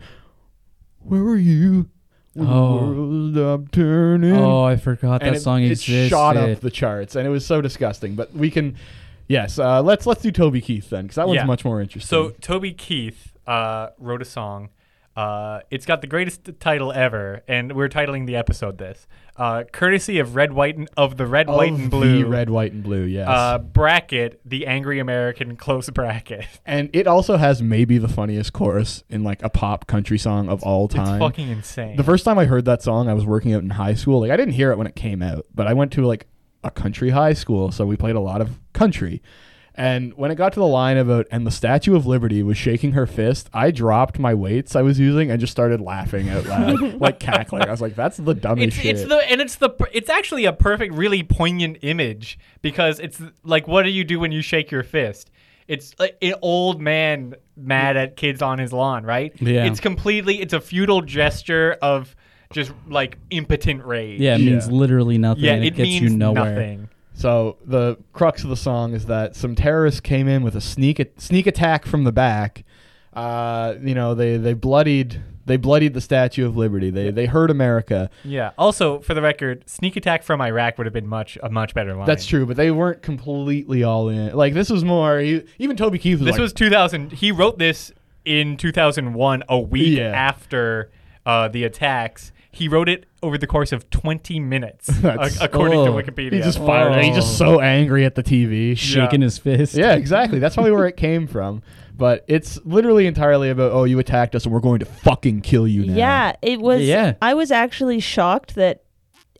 Where were you? When
Oh.
the world stopped turning
Oh, I forgot that
it,
song
it
existed.
shot up the charts, and it was so disgusting. But we can, yes, uh, let's let's do Toby Keith then, because that
Yeah.
one's much more interesting.
So Toby Keith uh, wrote a song. Uh, it's got the greatest title ever, and we're titling the episode this, uh, courtesy of red, white, and, of the red, white,
Of
and blue
the red, white, and blue. Yes,
uh, bracket, the angry American close bracket. [LAUGHS]
and it also has maybe the funniest chorus in like a pop country song of all time.
It's fucking insane.
the first time I heard that song, I was working out in high school. Like I didn't hear it when it came out, but I went to like a country high school, so we played a lot of country. And when it got to the line about and the Statue of Liberty was shaking her fist, I dropped my weights I was using and just started laughing out
[LAUGHS]
loud, like cackling. I was like, "That's the dumbest
it's,
shit."
it's the and it's the per- it's actually a perfect really poignant image because it's like what do you do when you shake your fist it's like an old man mad at kids on his lawn right
Yeah.
it's completely it's a futile gesture of just like impotent rage
yeah, it means
Yeah.
literally nothing.
yeah
and
it,
it, gets
means
you nowhere.
nothing
So the crux of the song is that some terrorists came in with a sneak sneak attack from the back. Uh, you know, they they bloodied they bloodied the Statue of Liberty. They they hurt America.
yeah also for the record sneak attack from iraq would have been much a much better line
That's true, but they weren't completely all in. Like this was more e- even Toby Keith was
this was
like,
2000 he wrote this in 2001 a week
Yeah.
after uh, the attacks he wrote it over the course of 20 minutes ac-
[LAUGHS] That's-
according
oh.
to wikipedia
he just fired. He's just so angry at the TV.
Shaking his fist.
Yeah, exactly. That's probably where it came from. But it's literally entirely about oh, you attacked us and we're going to fucking kill you now.
Yeah, it was.
Yeah.
I was actually shocked that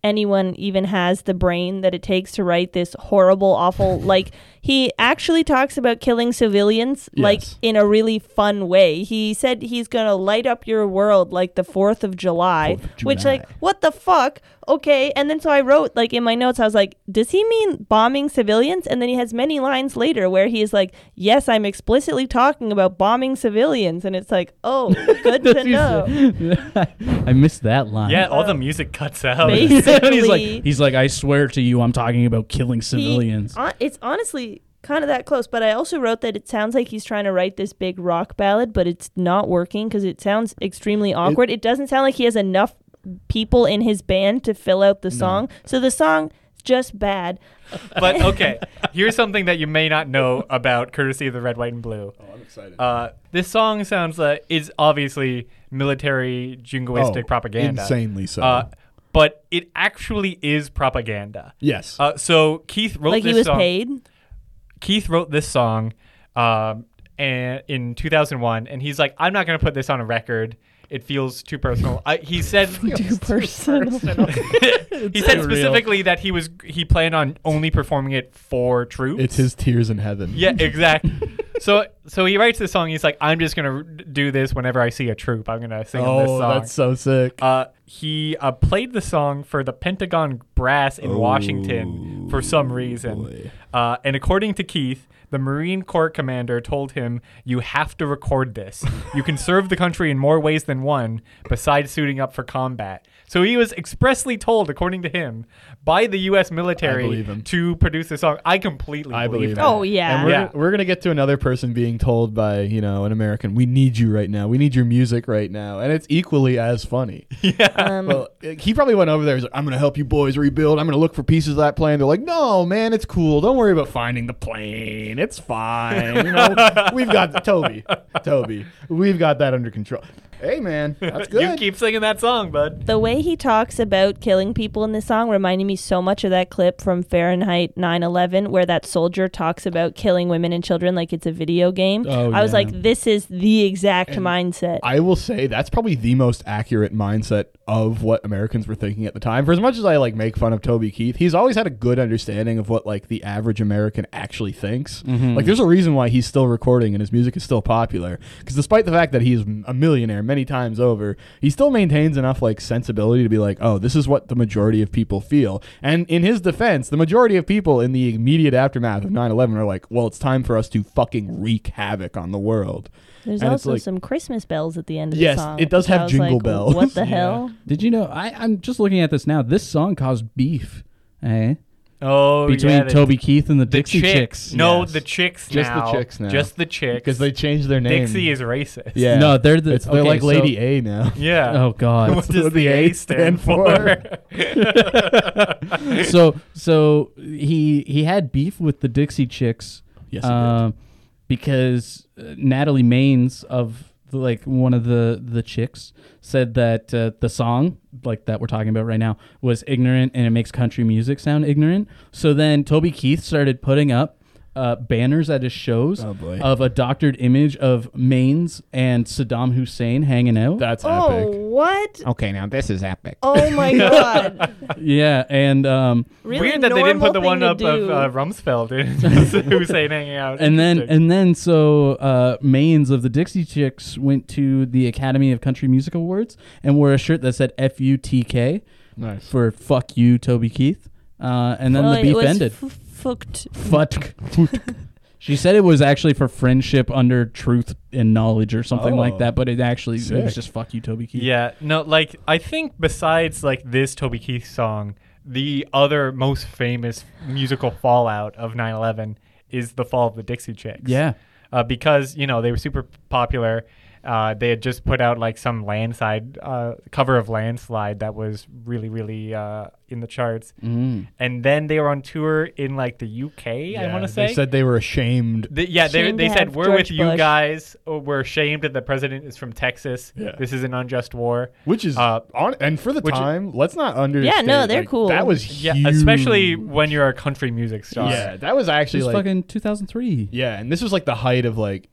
anyone even has the brain that it takes to write this horrible, awful. like he actually talks about killing civilians, like
Yes.
in a really fun way. He said he's gonna light up your world like the Fourth of July,
Fourth of
which like
July.
what the fuck? Okay, and then so I wrote like in my notes, I was like, does he mean bombing civilians? And then he has many lines later where he is like, yes, I'm explicitly talking about bombing civilians, and it's like, oh, good to know.
[LAUGHS] I missed that line. [LAUGHS]
yeah
Oh.
all the music cuts out [LAUGHS]
Basically,
he's like, he's like, I swear to you, I'm talking about killing
he- [LAUGHS]
civilians.
hon- it's honestly kind of that close. But I also wrote that it sounds like he's trying to write this big rock ballad, but it's not working because it sounds extremely awkward. It, doesn't sound like he has enough people in his band to fill out the song. So the song just bad.
But okay, here's something that you may not know about courtesy of the red, white, and blue.
I'm excited.
Uh, this song sounds like is obviously military jingoistic propaganda.
Oh, Insanely so.
Uh, but it actually is propaganda.
yes.
Uh, so Keith wrote
Like
this
he was
song. [LAUGHS]
paid.
Keith wrote this song um, and, in 2001, and he's like, I'm not going to put this on a record. It feels too personal. I,
[LAUGHS]
he said
Too
[LAUGHS]
personal.
he said
Unreal.
specifically that he was he planned on only performing it for troops.
it's his tears in heaven. [LAUGHS]
yeah, exactly. so so he writes this song. He's like, I'm just gonna r- do this whenever I see a troop. I'm gonna sing 'em this
Oh,
song.
that's so sick.
Uh, he uh, played the song for the Pentagon Brass in
Oh,
Washington for some reason. Uh, and according to Keith, the Marine Corps commander told him, You have to record this. You
[LAUGHS]
can serve the country in more ways than one besides suiting up for combat. So he was expressly told, according to him, by the U.S. military
believe him.
to produce the song. I completely
I believe
that.
it.
Oh, yeah.
And we're,
Yeah.
we're gonna get to another person being told by you know an American, "We need you right now. We need your music right now," and it's equally
[LAUGHS]
as funny.
Um,
well, he probably went over there. He's like, "I'm gonna help you boys rebuild. I'm gonna look for pieces of that plane." They're like, "No, man, it's cool. Don't worry about finding the plane. It's fine. You know,
[LAUGHS]
we've got Toby. Toby, we've got that under control." Hey, man, Oh, that's good.
You keep singing that song, bud.
The way he talks about killing people in this song reminded me so much of that clip from Fahrenheit 9/11 where that soldier talks about killing women and children like it's a video game.
Oh,
I was
yeah.
like this is the exact mindset.
I will say that's probably the most accurate mindset of what Americans were thinking at the time. For as much as I like make fun of Toby Keith, he's always had a good understanding of what like the average American actually thinks.
Mm-hmm.
Like there's a reason why he's still recording and his music is still popular because despite the fact that he's a millionaire many times over, he still maintains enough like sensibility to be like, "Oh, this is what the majority of people feel." And in his defense, the majority of people in the immediate aftermath of 9/11 are like, "Well, it's time for us to fucking wreak havoc on the world."
There's
and it's
also
like-
some Christmas bells at the end of
Yes,
the song.
it does
which I
have
was
jingle
like,
bells.
What
[LAUGHS]
the hell?
Did you know? I, I'm just looking at this now. This song caused beef, eh?
Oh,
Between
yeah, the-
Toby Keith and the,
the
Dixie Chicks.
No,
Yes.
the chicks
Just the
now.
chicks now.
Just the chicks.
Because they changed their name.
Dixie is racist.
Yeah.
No, they're the-
It's, they're
okay,
like
so-
Lady
[LAUGHS]
A now.
Yeah.
Oh
[LAUGHS]
God.
What does
what
the A stand for?
so so he he had beef with the Dixie Chicks.
Yes, he did.
uh, because uh, Natalie Maines of the, like one of the the chicks said that uh, the song like that we're talking about right now was ignorant and it makes country music sound ignorant. So then Toby Keith started putting up uh, banners at his shows
Oh, boy.
of a doctored image of Maines and Saddam Hussein hanging out.
That's
Oh,
epic. [LAUGHS]
what?
Okay, now this is epic.
Oh my god.
yeah, and um,
Really
Weird that they didn't
normal
put the
thing
one
to
up of
do.
uh, Rumsfeld [LAUGHS] and Hussein hanging out.
and then
Interesting.
and then so uh, Maines of the Dixie Chicks went to the Academy of Country Music Awards and wore a shirt that said F U T K
Nice.
for fuck you Toby Keith, uh, and then
Well,
the
it
beef
was
ended. [LAUGHS]
f- fucked. [LAUGHS]
Futk. Futk. She said it was actually for friendship under truth and knowledge or something like
Oh.
that, but it actually it
Sick.
was just fuck you Toby Keith.
yeah, no, like I think besides like this Toby Keith song, the other most famous musical fallout of 9/11 is the fall of the Dixie Chicks.
Yeah.
uh, because you know they were super popular. Uh, they had just put out like some landslide uh, cover of landslide that was really really uh, in the charts, and then they were on tour in like the UK. I want to say
Mm. They said they were ashamed.
Th- yeah, they,
Ashamed
they
to
said
have
we're
George
with you
Bush."
guys. Or we're ashamed that the president is from Texas.
Yeah.
This is an unjust war.
Which is
Uh,
on and for the
which-
time, let's not understand.
no, they're
like,
cool.
That was
Yeah,
huge.
especially when you're a country music star.
yeah, that was
It
actually
was
like
fucking 2003.
yeah, and this was like the height of like,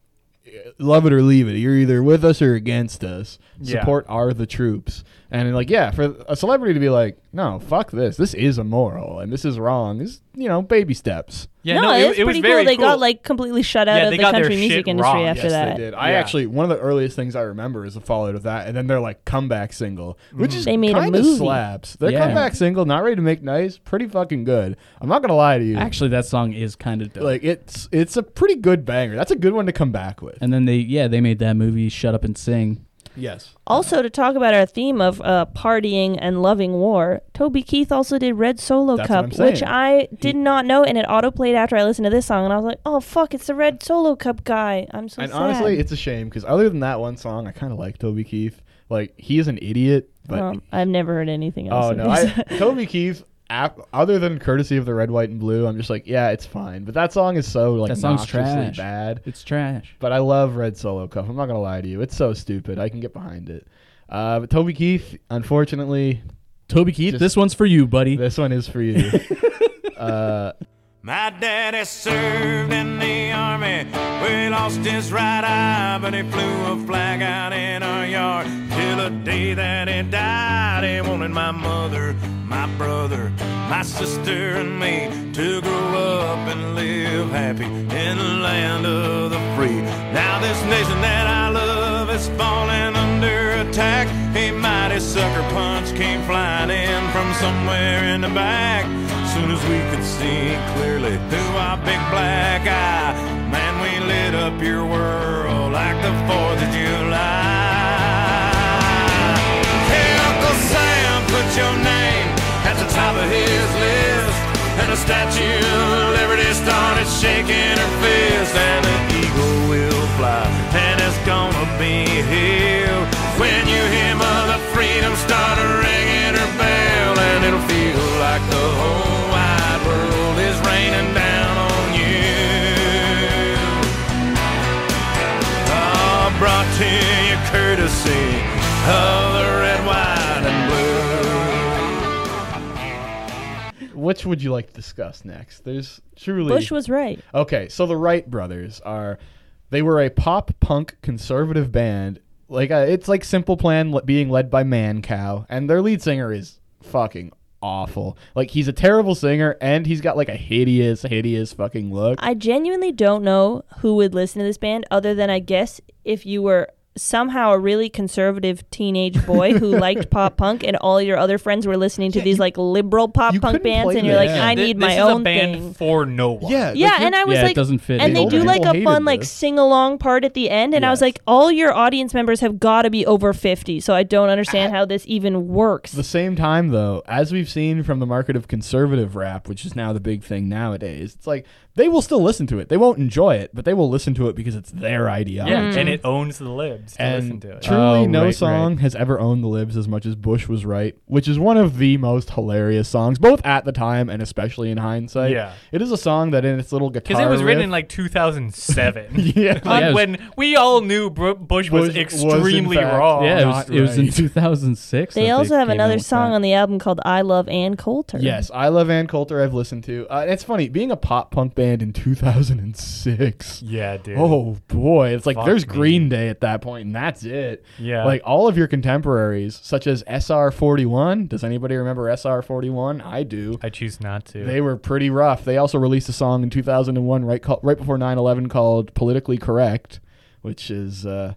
love it or leave it. You're either with us or against us.
Yeah.
Support are the troops, and like yeah, for a celebrity to be like, no, fuck this. This is immoral and this is wrong. Is you know baby steps.
Yeah,
no,
no,
it
it,
was
it was
pretty cool.
very
They
cool.
got like completely shut out
Yeah,
of
they
the
got their
country music
shit
industry
wrong.
after
Yes,
that.
They did. I
Yeah.
actually one of the earliest things I remember is the fallout of that, and then their like comeback single, which is
They made a
kinda
movie.
slaps. Their
Yeah.
comeback single, not ready to make nice, pretty fucking good. I'm not gonna lie to you.
Actually, that song is kind of dope.
like it's it's a pretty good banger. That's a good one to come back with.
and then they yeah they made that movie Shut Up and Sing.
Yes.
Also, to talk about our theme of uh, partying and loving war, Toby Keith also did Red Solo
That's what
Cup,
I'm saying.
which I did not know, and it auto played after I listened to this song, and I was like, "Oh fuck, it's the Red Solo Cup guy." I'm so
and
sad.
honestly, it's a shame because other than that one song, I kind of like Toby Keith. Like he is an idiot, but
Um, I've never heard anything else.
oh
of [LAUGHS]
no, I,
this.
Toby Keith. Ap- other than courtesy of the red, white, and blue, I'm just like, yeah, it's fine. But that song is so like
That song's
noxiously
trash.
bad.
It's trash.
But I love Red Solo Cup. I'm not gonna lie to you. It's so stupid. I can get behind it. Uh, but Toby Keith, unfortunately,
Toby Keith,
Just-
this one's for you, buddy.
this one is for you. uh,
My daddy served in the army. We lost his right eye, but he flew a flag out in our yard. Till the day that he died, he wanted my mother, my brother, my sister, and me to grow up and live happy in the land of the free. Now, this nation that I love is falling under attack. A mighty sucker punch came flying in from somewhere in the back soon as we could see clearly through our big black eye. Man, we lit up your world like the 4th of July. Hey, Uncle Sam put your name at the top of his list, and the Statue of Liberty started shaking her fist, and the eagle will fly, and it's gonna be here when you hear Mother Freedom start ringing her bell, and it'll feel like the whole wide world is raining down on you. All brought to you courtesy of the red, white, and blue.
which would you like to discuss next? There's truly
Bush was right.
Okay, so the Wright brothers are they were a pop punk conservative band. Like uh, it's like Simple Plan le- being led by Man Cow, and their lead singer is fucking awful. Like he's a terrible singer, and he's got like a hideous, hideous fucking look.
I genuinely don't know who would listen to this band other than I guess if you were somehow a really conservative teenage boy
[LAUGHS]
who liked pop punk and all your other friends were listening to these like liberal pop
you
punk
couldn't
bands
play
and you're
this.
like I
Th-
need
this
my
is
own
a band
thing.
for no one.
yeah, like,
yeah,
you're-
and I was
yeah, it
like,
doesn't fit
and they
either.
do
People
like a
hated
fun like
this.
sing along part at the end, and I was
Yes.
like, all your audience members have got to be over fifty, so I don't
[LAUGHS]
understand how this even works.
the same time though, as we've seen from the market of conservative rap, which is now the big thing nowadays, it's like they will still listen to it. They won't enjoy it, but they will listen to it because it's their ideology.
Yeah,
Mm-hmm.
and it owns the libs to listen to it.
Truly,
Oh,
no
right, right.
song has ever owned the libs as much as Bush was right, which is one of the most hilarious songs, both at the time and especially in hindsight.
Yeah.
it is a song that in its little guitar
Because it was written
riff-
in like 2007.
[LAUGHS] Yeah.
On
Yeah, it was-
Um, when we all knew Br- Bush was,
Was- was in
extremely
fact-
wrong.
yeah, it was,
Oh, not
it was in
right.
2006.
they
that
also have
came out
another
with
song
that.
on the album called "I Love Ann Coulter."
Yes, I love Ann Coulter. I've listened to. Uh, it's funny being a pop punk band in 2006.
Yeah, dude.
Oh boy, it's like
Fuck
there's
me.
Green Day at that point, and that's it.
Yeah.
like all of your contemporaries, such as SR41. Does anybody remember SR41? I do.
I choose not to.
They were pretty rough. They also released a song in 2001, right, call, right before 9/11, called "Politically Correct," which is uh,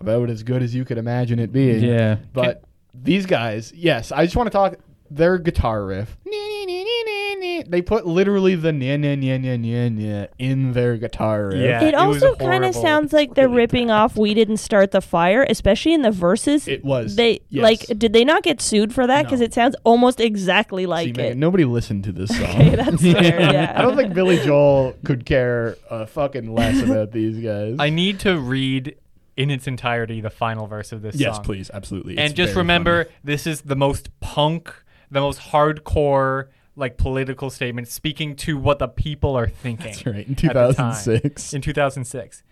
about as good as you could imagine it being.
Yeah.
But these guys, yes, I just want to talk their guitar riff. They put literally the nya nya nya nya nya nya in their guitar riff.
Yeah.
It,
It was
also kind of
horrible.
sounds like they're ripping off "We Didn't Start the Fire," especially in the verses.
It was,
they
yes.
like. Did they not get sued for that? Because it sounds almost exactly
See,
like
Megan,
it.
nobody listened to this song.
Okay, [LAUGHS] that's fair. Yeah.
I don't think Billy Joel could care a fucking less about these guys.
I need to read in its entirety the final verse of this song.
absolutely.
And just remember, this is the most punk, the most hardcore, like political statement speaking to what the people are thinking. That's
[LAUGHS] right, in 2006.
In 2006.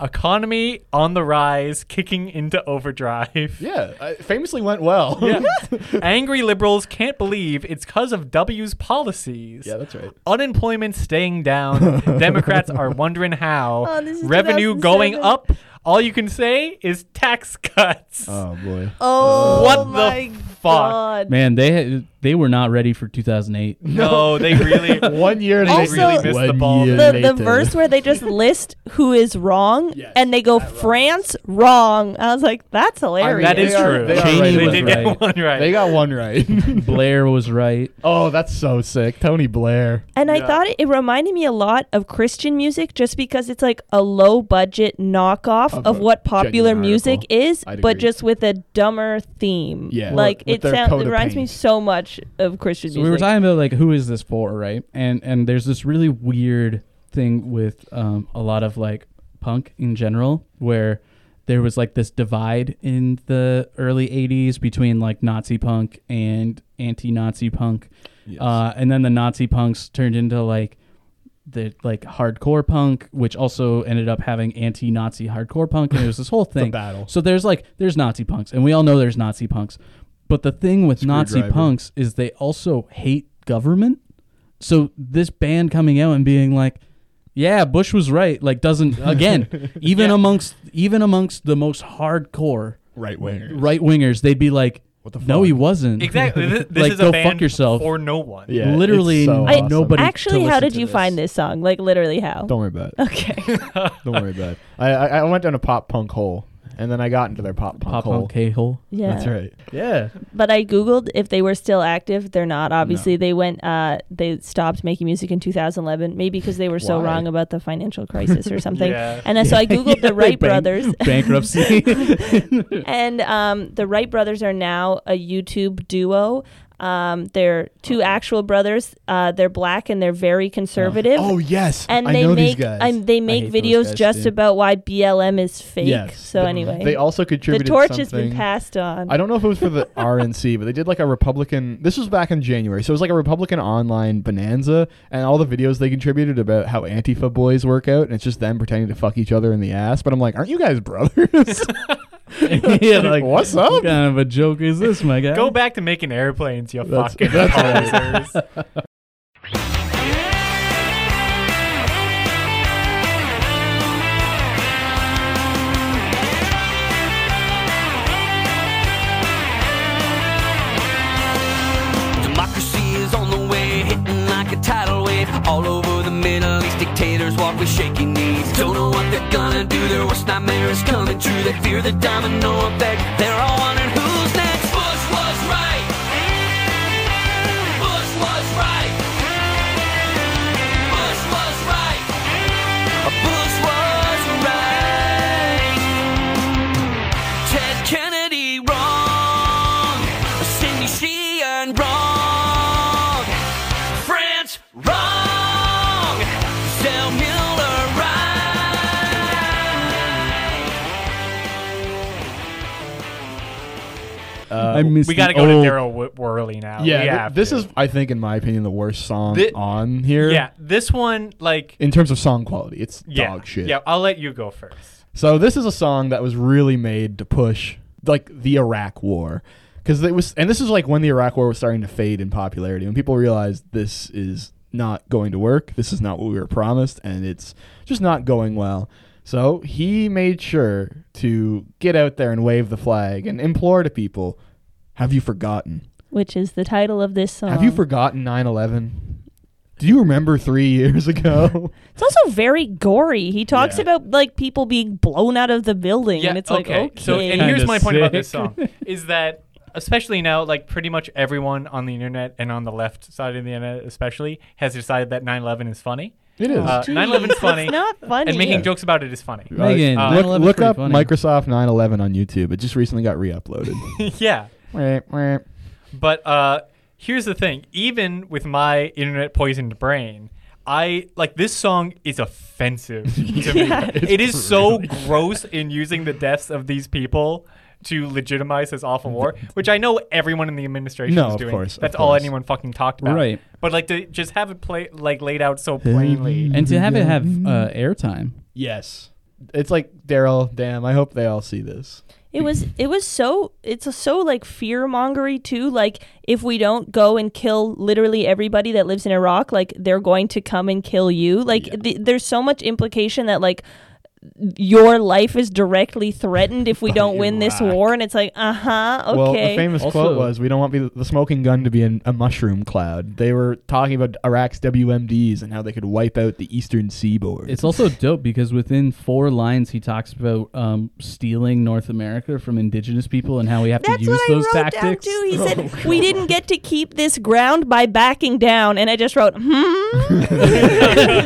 Economy on the rise, kicking into overdrive.
Yeah, I famously went well. Yeah,
Angry liberals can't believe it's because of W's policies.
[LAUGHS] yeah, that's right.
Unemployment staying down. Democrats are wondering how.
Oh, this is
Revenue going
2007.
up. All you can say is tax cuts.
Oh boy.
Oh
What the
my
fuck?
god!
Man, they had, They were not ready for
[LAUGHS]
2008.
No, they really.
One year
They
Also-
really missed the
One
ball.
year.
there.
the, the
later.
verse where they just list who is wrong and they go France wrong. I was like, that's hilarious.
That is
They are-
true.
they
are Cheney right.
they
was
did
right.
get [LAUGHS] one right.
They got one right. [LAUGHS]
Blair was right.
oh, that's so sick. Tony Blair.
and I thought it, it reminded me a lot of Christian music just because it's like a low budget knockoff of,
a
what popular
genuine
music
article.
is,
I'd
but
agree.
just with a dumber theme.
Yeah.
Like
With
it
their
sounds
coat
it
of
reminds me
paint.
so much of Christian
So
music.
we were talking about like who is this for, right? And and there's this really weird thing with um, a lot of like punk in general, where there was like this divide in the early '80s between like Nazi punk and anti-Nazi punk, uh, and then the Nazi punks turned into like the like hardcore punk, which also ended up having anti-Nazi hardcore punk, and it was this
[LAUGHS]
whole thing
battle.
So there's like there's Nazi punks, and we all know there's Nazi punks, but the thing with Nazi
Screwdriver.
punks is they also hate government. So this band coming out and being like, "Yeah, Bush was right," like
[LAUGHS]
doesn't again even amongst even amongst the most hardcore
Right winger.
right wingers, they'd be like,
What the
"No,
fuck?"
he wasn't."
exactly. This, this
Like,
is
go
a band
fuck yourself.
for no one.
Yeah,
Literally
it's so
I-
awesome.
nobody- to
Actually, how
listen
did
to
you
this.
find this song? Like literally how?
Don't worry about
[LAUGHS]
it. [LAUGHS]
Okay.
Don't worry about it. I, I I went down a pop punk hole, and then I got into their pop punk
Pop
hole.
punk K-hole.
yeah.
That's right.
Yeah.
But I googled if they were still active. They're not. Obviously, they went. Uh, they stopped making music in 2011, maybe because they were so
Why?
wrong about the financial
[LAUGHS]
crisis or something.
Yeah.
And
[LAUGHS]
uh, so I googled the Wright brothers,
Bankruptcy.
and um, the Wright brothers are now a YouTube duo. Um, they're two actual brothers. Uh, they're black and they're very [LAUGHS] conservative.
Uh-huh. Oh yes,
And
I
they
know
make
these guys.
um, they make
hate those
videos
guys,
just [LAUGHS]
too.
about why BLM is fake.
Yes.
So
The-
anyway,
they also
the
contributed.
torch
something.
has been passed on.
I don't know if it was for the RNC, but they did like a Republican. This was back in January, so it was like a Republican online bonanza, and all the videos they contributed about how Antifa boys work out, and it's just them pretending to fuck each other in the ass. But I'm like, aren't you guys brothers?
[LAUGHS] yeah, like
[LAUGHS] What's up?
What kind of a joke is this, my guy? Uh,
Go back to making airplanes, you
That's-
fucking
that's
posers.
Democracy is on the way, hitting like a tidal wave. All over the Middle East, dictators walk with shaky knees. Don't know what they're gonna do, their worst nightmare is coming true. They fear the domino effect, they're all wondering who's next. Bush was right. Bush was right. Bush was right. Bush was right. Ted Kennedy wrong. Cindy Sheehan wrong. France wrong. Zell Miller right.
I missed
We got to
the
go
old-
to Daryl Wh- Worley now.
yeah,
We
th-
have
this
to.
is, I think, in my opinion, the worst song
Thi-
on here.
Yeah, this one like
In terms of song quality, it's
yeah,
dog shit.
Yeah, I'll let you go first.
So this is a song that was really made to push like the Iraq War because it was, and this is like when the Iraq War was starting to fade in popularity when people realized this is not going to work. This is not what we were promised, and it's just not going well. So he made sure to get out there and wave the flag and implore to people, "Have you forgotten?
which is the title of this song.
Have you forgotten 9/11? Do you remember three [LAUGHS] years ago?"
It's also very gory. He talks about like people being blown out of the building, and it's like okay.
So, and here's
Kinda
my point about this
sick.
song is that especially now, like pretty much everyone on the internet and on the left side of the internet, especially, has decided that 9/11 is funny.
It is.
Uh,
Jeez, [LAUGHS]
9/11 is funny,
It's not funny.
and making jokes about it is funny.
Megan,
Uh,
9/11
look
is
look
pretty
up
funny.
Microsoft 9/11 on YouTube. It just recently got
[LAUGHS]
re-uploaded.
[LAUGHS] yeah, but uh, here's the thing: even with my internet poisoned brain. I like this song is offensive to me. It is so gross in using the deaths of these people to legitimize this awful war, which I know everyone in the administration
No,
is
of
doing.
course, of
That's all
course.
anyone fucking talked about.
Right.
But like to just have it play like laid out so plainly.
and to have it have uh, airtime.
yes. It's like Daryl. Damn, I hope they all see this.
It was it was so it's so like fear mongery too. Like if we don't go and kill literally everybody that lives in Iraq, like they're going to come and kill you. Like th- there's so much implication that like your life is directly threatened if we don't win this war. And it's like, uh huh,
Well,
okay.
the famous
Also-
quote was, "We don't want be the smoking gun to be in a mushroom cloud." They were talking about Iraq's WMDs and how they could wipe out the eastern seaboard.
It's also dope because within four lines he talks about um, stealing North America from indigenous people and how we have
That's
to use
what I
those
wrote
tactics.
down too.
[LAUGHS]
He said we didn't get to keep this ground by backing down, and I just wrote,
[LAUGHS]
hmm.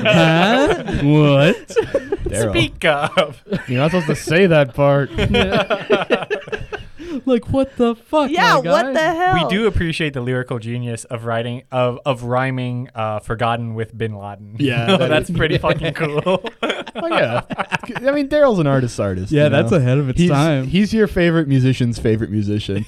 Huh? what?
Daryl.
Speak up.
You're not supposed to say that part.
Like what [LAUGHS] the fuck?
yeah,
my guy?
what the hell?
We do appreciate the lyrical genius of writing of of rhyming uh, "forgotten" with Bin Laden.
Yeah,
No,
that
[LAUGHS] that's
is-
pretty fucking
[LAUGHS]
cool.
oh,
[LAUGHS]
yeah. I mean, Daryl's an artist artist.
Yeah,
you
that's
know?
ahead of its
he's,
time.
He's your favorite musician's favorite [LAUGHS] musician.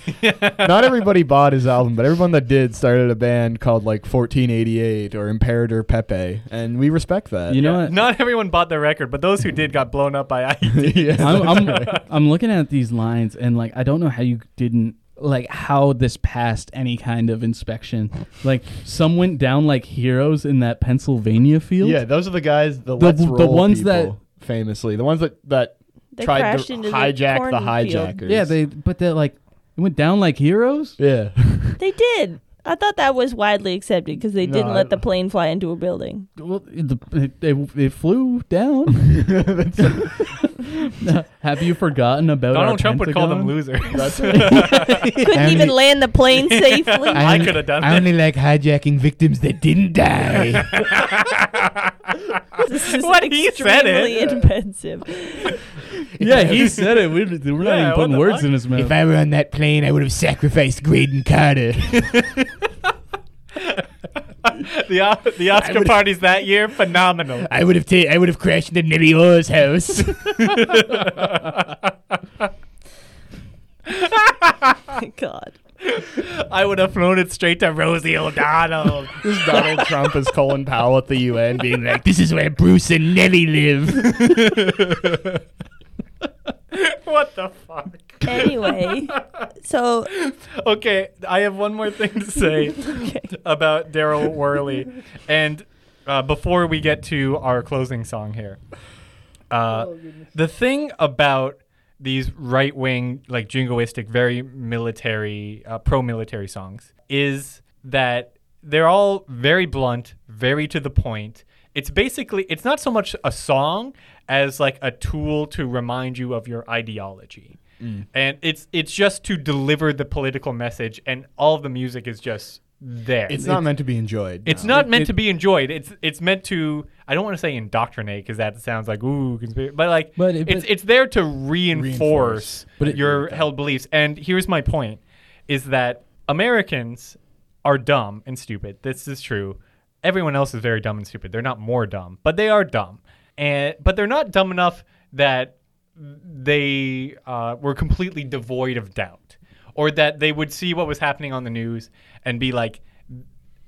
Not everybody bought his album, but everyone that did started a band called like 1488 or Imperator Pepe, and we respect that. [LAUGHS]
you know what?
Not everyone bought the record, but those who did got blown up by IED.
yeah.
I'm, I'm, I'm looking at these lines and like I don't know how you didn't like how this passed any kind of inspection. Like some went down like heroes in that Pennsylvania field.
Yeah, those are the guys. The
The-
Let's
the
Roll
ones
people, famously the ones that that
They
tried
crashed
to
into the
hijack the,
cornfield.
hijackers.
Yeah, they but they're like it went down like heroes.
yeah.
They did. I thought that was widely accepted because they
No,
didn't
I
let the
don't-
plane fly into a
[LAUGHS]
building.
Well, it, it, it, it flew down.
That's-
Have you forgotten about our
Donald Trump would call them
Pentagon?
losers. [LAUGHS]
Couldn't
Only-
even land the
[LAUGHS]
plane safely.
I could have done that.
only like hijacking victims that didn't [LAUGHS] [LAUGHS] die.
[LAUGHS]
[LAUGHS]
this is
What he said
extremely
it.
offensive.
Yeah, he said it. We're, we're not even
Yeah, what
putting
the
words
fuck?
in his mouth.
I were on that plane, I would have sacrificed Graydon [LAUGHS] Carter.
[LAUGHS] the, O- the Oscar
would've-
parties that
[LAUGHS]
year, phenomenal. [LAUGHS]
I would have ta- I would have crashed into Nelly Orr's house. [LAUGHS]
My God.
I would have flown it straight to Rosie O'Donnell.
this is Donald Trump as Colin Powell at the UN, being like, "This is where Bruce and Nelly live."
[LAUGHS] what the fuck?
Anyway,
[LAUGHS]
so
Okay, I have one more thing to say about Daryl Worley. And uh, before we get to our closing song here, uh, the thing about these right wing, like jingoistic, very military, uh, pro military songs is that they're all very blunt, very to the point. It's basically, it's not so much a song as like a tool to remind you of your ideology.
Mm.
And it's it's just to deliver the political message, and all of the music is just there.
It's not meant to be enjoyed.
It's not meant to be enjoyed. It's it's meant to. I don't want to say indoctrinate because that sounds like ooh, conspiracy, but like,
But it-
it's
but-
it's there to reinforce,
Reinforce.
But it-
your held beliefs. And here's my point: is that Americans are dumb and stupid. This is true. Everyone else is very dumb and stupid. They're not more dumb, but they are dumb, and but they're not dumb enough that they uh, were completely devoid of doubt, or that they would see what was happening on the news and be like,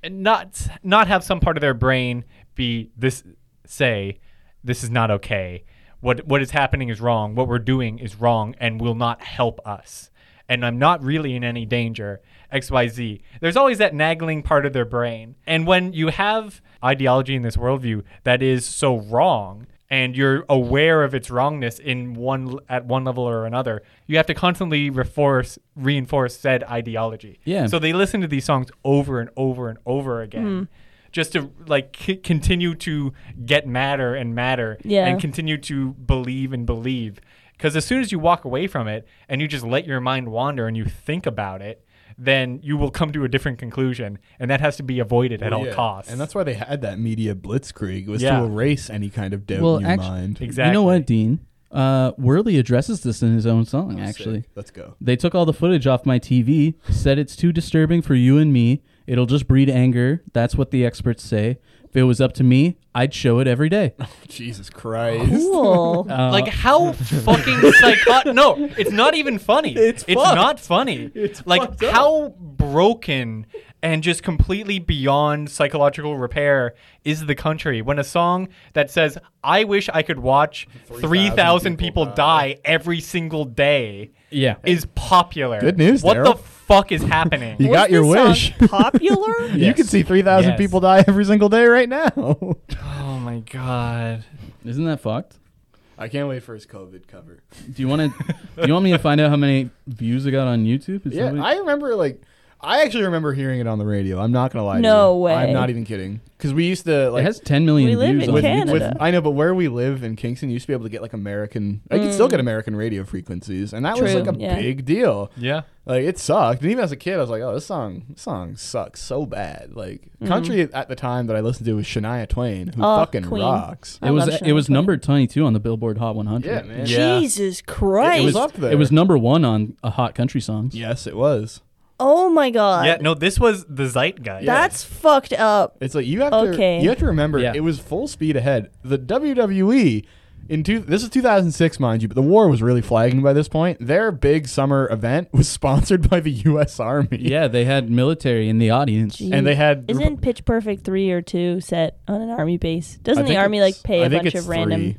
and not not have some part of their brain be this say this is not okay what what is happening is wrong what we're doing is wrong and will not help us and i'm not really in any danger xyz there's always that nagging part of their brain and when you have ideology in this worldview that is so wrong and you're aware of its wrongness in one at one level or another you have to constantly reinforce reinforce said ideology
Yeah.
so they listen to these songs over and over and over again just to like c- continue to get madder and madder
Yeah.
and continue to believe and believe because as soon as you walk away from it and you just let your mind wander and you think about it then you will come to a different conclusion and that has to be avoided at all
Yeah.
costs
And that's why they had that media blitzkrieg was
Yeah.
to erase any kind of doubt
Well,
in your
actu-
mind.
exactly
You know what, Dean? Uh, Worley addresses this in his own song, actually.
Oh, Sick. let's go.
They took all the footage off my TV, said it's too disturbing for you and me. It'll just breed anger. That's what the experts say. If it was up to me, I'd show it every
[LAUGHS]
day.
Jesus Christ.
cool.
Uh,
like how fucking psychotic no it's not even funny it's, not funny like how broken and just completely beyond psychological repair is the country when a song that says i wish i could watch 3000 people, die every single day
Yeah.
is popular
Good news,
what the
Daryl.
fuck is happening
You
Was
got your
this song
wish. [LAUGHS]
popular?
You can see 3,000
Yes.
people die every single day right now.
oh my god
Isn't that fucked?
[LAUGHS] I can't wait for his COVID cover.
Do you want to? do you want me to find out how many views I got on YouTube? Is
Yeah,
that what-
I remember like I actually remember hearing it on the radio. I'm not gonna lie. to
No
you.
way.
I'm not even kidding. Because we used to
it
like
has 10 million
We live
views
in
on
Canada.
YouTube.
with I know, but where we live in Kingston, you used to be able to get like American. I could still get American radio frequencies, and that was
True,
like a
yeah.
big deal.
Yeah.
Like it sucked. And even as a kid, I was like, "Oh, this song, this song sucks so bad." Like country at the time that I listened to was Shania Twain, who
Oh,
fucking
Queen.
rocks.
I
It was
love
it was
Shania Twain.
number 22 on the Billboard Hot 100.
Yeah, man.
Yeah.
Jesus Christ.
It was up there.
It was number 1 on a hot country songs.
Yes, it was.
oh my God.
Yeah, no, this was the zeitgeist.
That's fucked up.
It's like you have
Okay.
to you have to remember
Yeah.
it was full speed ahead. The WWE in two, this is 2006, mind you, but the war was really flagging by this point. Their big summer event was [LAUGHS] sponsored by the U.S. Army.
Yeah, they had military in the audience.
and they had
Isn't Pitch Perfect three or two set on an army base? Doesn't the
think
army
it's-
like pay
I
a
think
bunch
it's
of random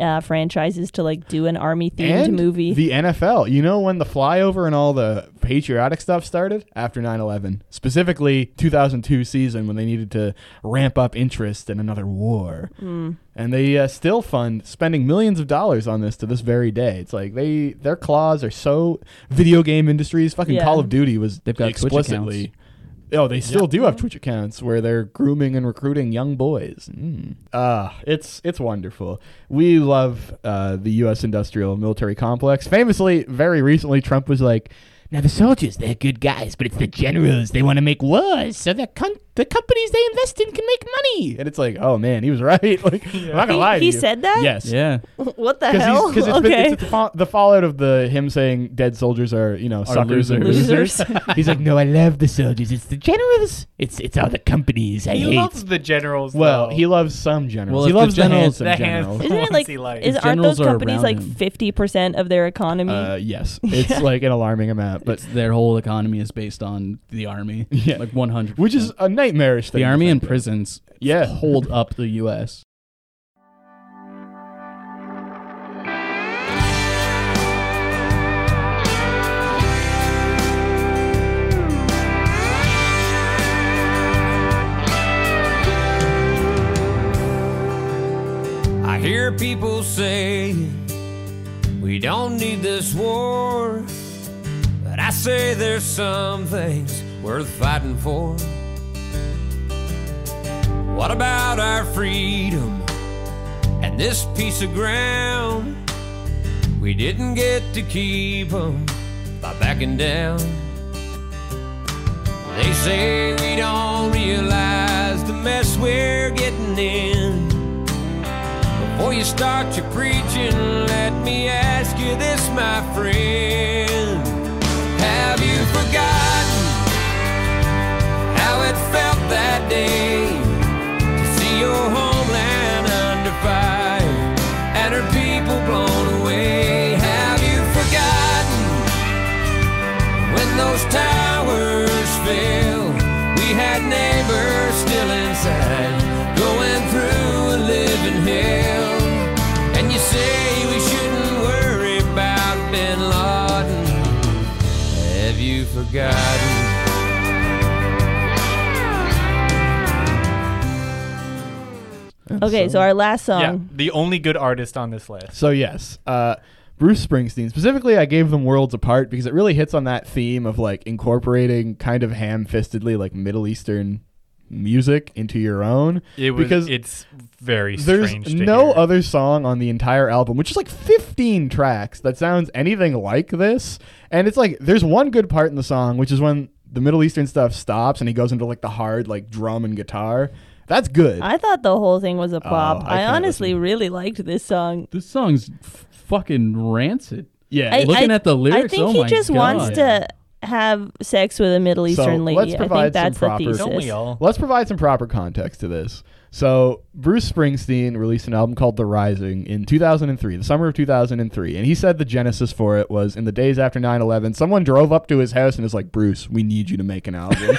uh, franchises to like do an army themed
and
movie?
the NFL. You know when the flyover and all the patriotic stuff started after 9/11, specifically 2002 season when they needed to ramp up interest in another war,
Hmm.
and they uh, still fund spending millions of dollars on this to this very day. It's like they their claws are so video game industries. Fucking
Yeah.
Call of Duty was
They've got Twitch
explicitly.
accounts.
Oh, they still do have Twitch accounts where they're grooming and recruiting young boys. Mm. Ah, it's it's wonderful. We love uh, the U.S. industrial military complex. Famously, very recently, Trump was like,
Now the soldiers, they're good guys, but it's the generals. They want to make wars, so the con- the companies they invest in can make money.
and it's like, oh man, he was [LAUGHS] right. Like, I'm not gonna
He-
lie. to
he
you.
said that?
Yes.
Yeah.
[LAUGHS] what the
Because
hell?
it's,
okay.
been, it's the, fo- the fallout of the him saying dead soldiers are you know suckers and
losers.
[LAUGHS]
Losers.
He's like, no, I love the soldiers. It's the generals. It's it's all the companies I
he
hate.
loves the generals.
Well,
though.
he loves some
Well,
generals. he
if the
loves the,
generals-
handsome
the hands-
[LAUGHS]
[LAUGHS]
generals.
Isn't it
What's
like
he like?
is aren't
Generals
those
are
companies
around
like
him.
fifty percent of their economy?
[LAUGHS]
Uh, yes, it's like an alarming amount, but
But their whole economy is based on the army. [LAUGHS]
Yeah.
Like 100.
which is a nightmarish thing.
the
to
army and
think of.
prisons
Yeah.
hold up the US.
I hear people say we don't need this war, but I say there's some things worth fighting for. What about our freedom and this piece of ground? We didn't get to keep 'em by backing down. They say we don't realize the mess we're getting in. Before you start your preaching, let me ask you this, my friend. Have you forgotten how it felt that day to see your homeland under fire and her people blown away? Have you forgotten when those towers fell? We had neighbors still inside going through a living hell. And you say we shouldn't worry about Bin Laden. Have you forgotten?
okay, so our last song.
yeah, the only good artist on this list.
So yes, uh, Bruce Springsteen specifically, I gave them "Worlds Apart" because it really hits on that theme of like incorporating kind of ham-fistedly like Middle Eastern music into your own.
It was
because
it's very
there's
strange. to
no
hear.
other song on the entire album, which is like 15 tracks, that sounds anything like this. And it's like there's one good part in the song, which is when the Middle Eastern stuff stops and he goes into like the hard like drum and guitar. That's good.
I thought the whole thing was a pop.
I
I,
can't
honestly really liked this song.
This song's f- fucking rancid.
yeah,
I,
it-
Looking
I-
at the lyrics,
I think
oh
he
my
just wants
God.
to have sex with a Middle Eastern lady.
let's
I think
provide some
that's the
proper-
thesis.
Don't we all?
Let's provide some proper context to this. So, Bruce Springsteen released an album called The Rising in 2003, the summer of 2003. And he said the genesis for it was in the days after 9 11, someone drove up to his house and is like, Bruce, we need you to make
[LAUGHS]
an album.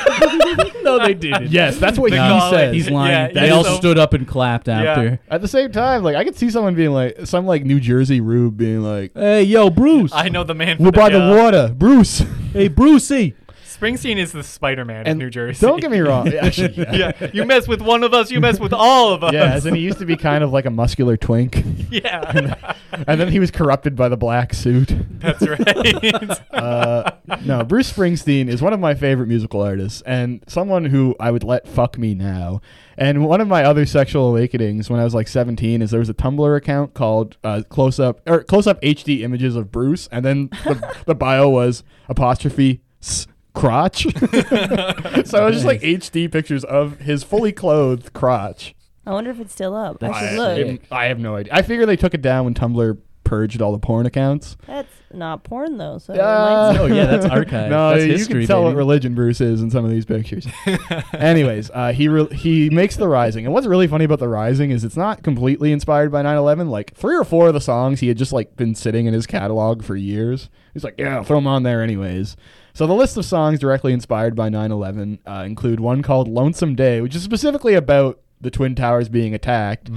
No, they didn't.
yes, that's what
They
he
call
said.
it-
He's lying.
Yeah,
they
he's
all
so-
stood up and clapped after.
At the same time, like, I could see someone being like, some like New Jersey rube being like,
Hey, yo, Bruce.
I [LAUGHS] know the man. from
we're by the
job. [LAUGHS]
water, Bruce.
hey, Brucey.
Springsteen is the Spider Man of
And
New Jersey.
Don't get me wrong. [LAUGHS] Actually, yeah. yeah.
[LAUGHS] yeah, you mess with one of us, you mess with all of us.
Yes, and he used to be kind of like a muscular twink,
[LAUGHS]
[LAUGHS]
yeah,
and then he was corrupted by the black suit.
that's right.
Uh, no, Bruce Springsteen is one of my favorite musical artists and someone who I would let fuck me now. And one of my other sexual awakenings when I was like 17 is there was a Tumblr account called uh, Close Up or Close Up HD Images of Bruce, and then [LAUGHS] the, the bio was apostrophe s crotch. [LAUGHS] so it was just like HD pictures of his fully clothed crotch.
I wonder if it's still up. I
I,
should look.
it- I have no idea. I figure they took it down when Tumblr purged all the porn accounts.
That's not porn though. So
Uh,
it reminds me.
Oh, yeah, that's archived.
[LAUGHS] no,
That's
you
history,
can tell what
baby.
religion Bruce is in some of these pictures. [LAUGHS] Anyways, uh, he re- he makes the rising, and what's really funny about the rising is it's not completely inspired by 9/11. Like three or four of the songs he had just like been sitting in his catalog for years. He's like, yeah, throw them on there anyways. So the list of songs directly inspired by 9/11 uh, include one called "Lonesome Day," which is specifically about the twin towers being attacked.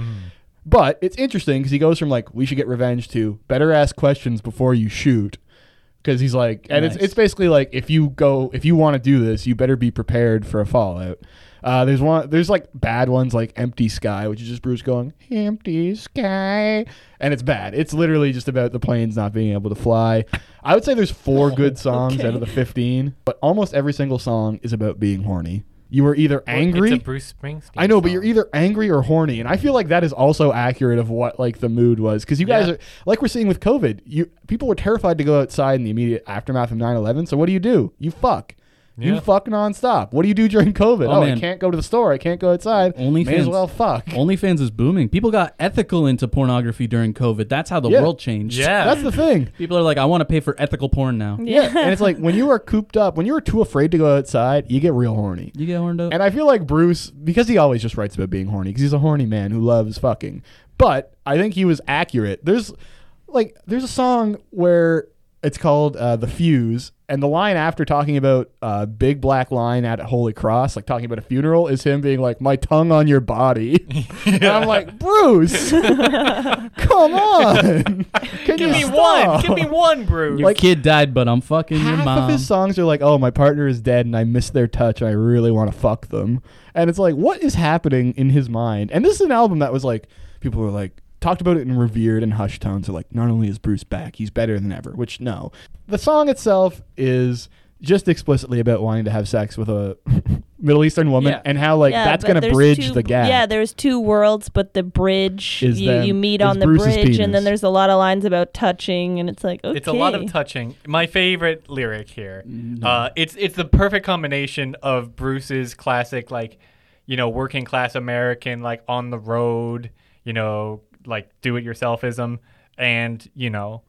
But it's interesting because he goes from like we should get revenge to better ask questions before you shoot because he's like, and it's
Nice.
it's basically like if you go if you want to do this, you better be prepared for a fallout. Uh, there's one there's like bad ones like Empty Sky, which is just Bruce going Empty Sky, and it's bad. It's literally just about the planes not being able to fly. I would say
[LAUGHS]
there's four good songs out of the 15, but almost every single song is about being horny. You are either angry.
It's a Bruce Springsteen.
I know, but you're
song.
either angry or horny, and I feel like that is also accurate of what like the mood was because you guys
Yeah.
are like we're seeing with COVID. You people were terrified to go outside in the immediate aftermath of 9/11. So what do you do? You fuck. You
Yeah.
fuck nonstop. What do you do during COVID?
Oh,
Oh, I
man.
can't go to the store. I can't go outside.
Only
May as
fans-
well fuck.
OnlyFans is booming. People got ethical into pornography during COVID. That's how the
Yeah.
world changed.
Yeah.
That's
[LAUGHS]
the thing.
People are like, I want to pay for ethical porn now.
Yeah. and it's like when you are cooped up, when you are too afraid to go outside, you get real horny.
You get horned up.
And I feel like Bruce, because he always just writes about being horny, because he's a horny man who loves fucking. But I think he was accurate. There's like there's a song where it's called uh, "The Fuse," and the line after talking about uh, big black line at Holy Cross, like talking about a funeral, is him being like, "My tongue on your body," [LAUGHS] and I'm like,
[LAUGHS]
"Bruce, come on, Can
Give
you
me
stop?"
one. Give me
[LAUGHS]
one, Bruce.
your kid died, but I'm fucking your
half
mom.
of his songs are like, "Oh, my partner is dead, and I miss their touch. I really want to fuck them." And it's like, what is happening in his mind? And this is an album that was like, people were like, talked about it in revered and hushed tones. Are like, not only is Bruce back, he's better than ever. Which no, the song itself is just explicitly about wanting to have sex with a [LAUGHS] Middle Eastern woman
Yeah.
and how like
Yeah,
that's
but
gonna
there's
bridge
two-
the gap.
Yeah, there's two worlds, but the bridge
Is
you,
them-
you meet
is
on the
Bruce's
bridge,
penis.
and then there's a lot of lines about touching, and it's like okay,
It's a lot of touching. My favorite lyric here. Uh, it's it's the perfect combination of Bruce's classic, like, you know, working class American, like on the road, you know, like do it yourselfism, and you know,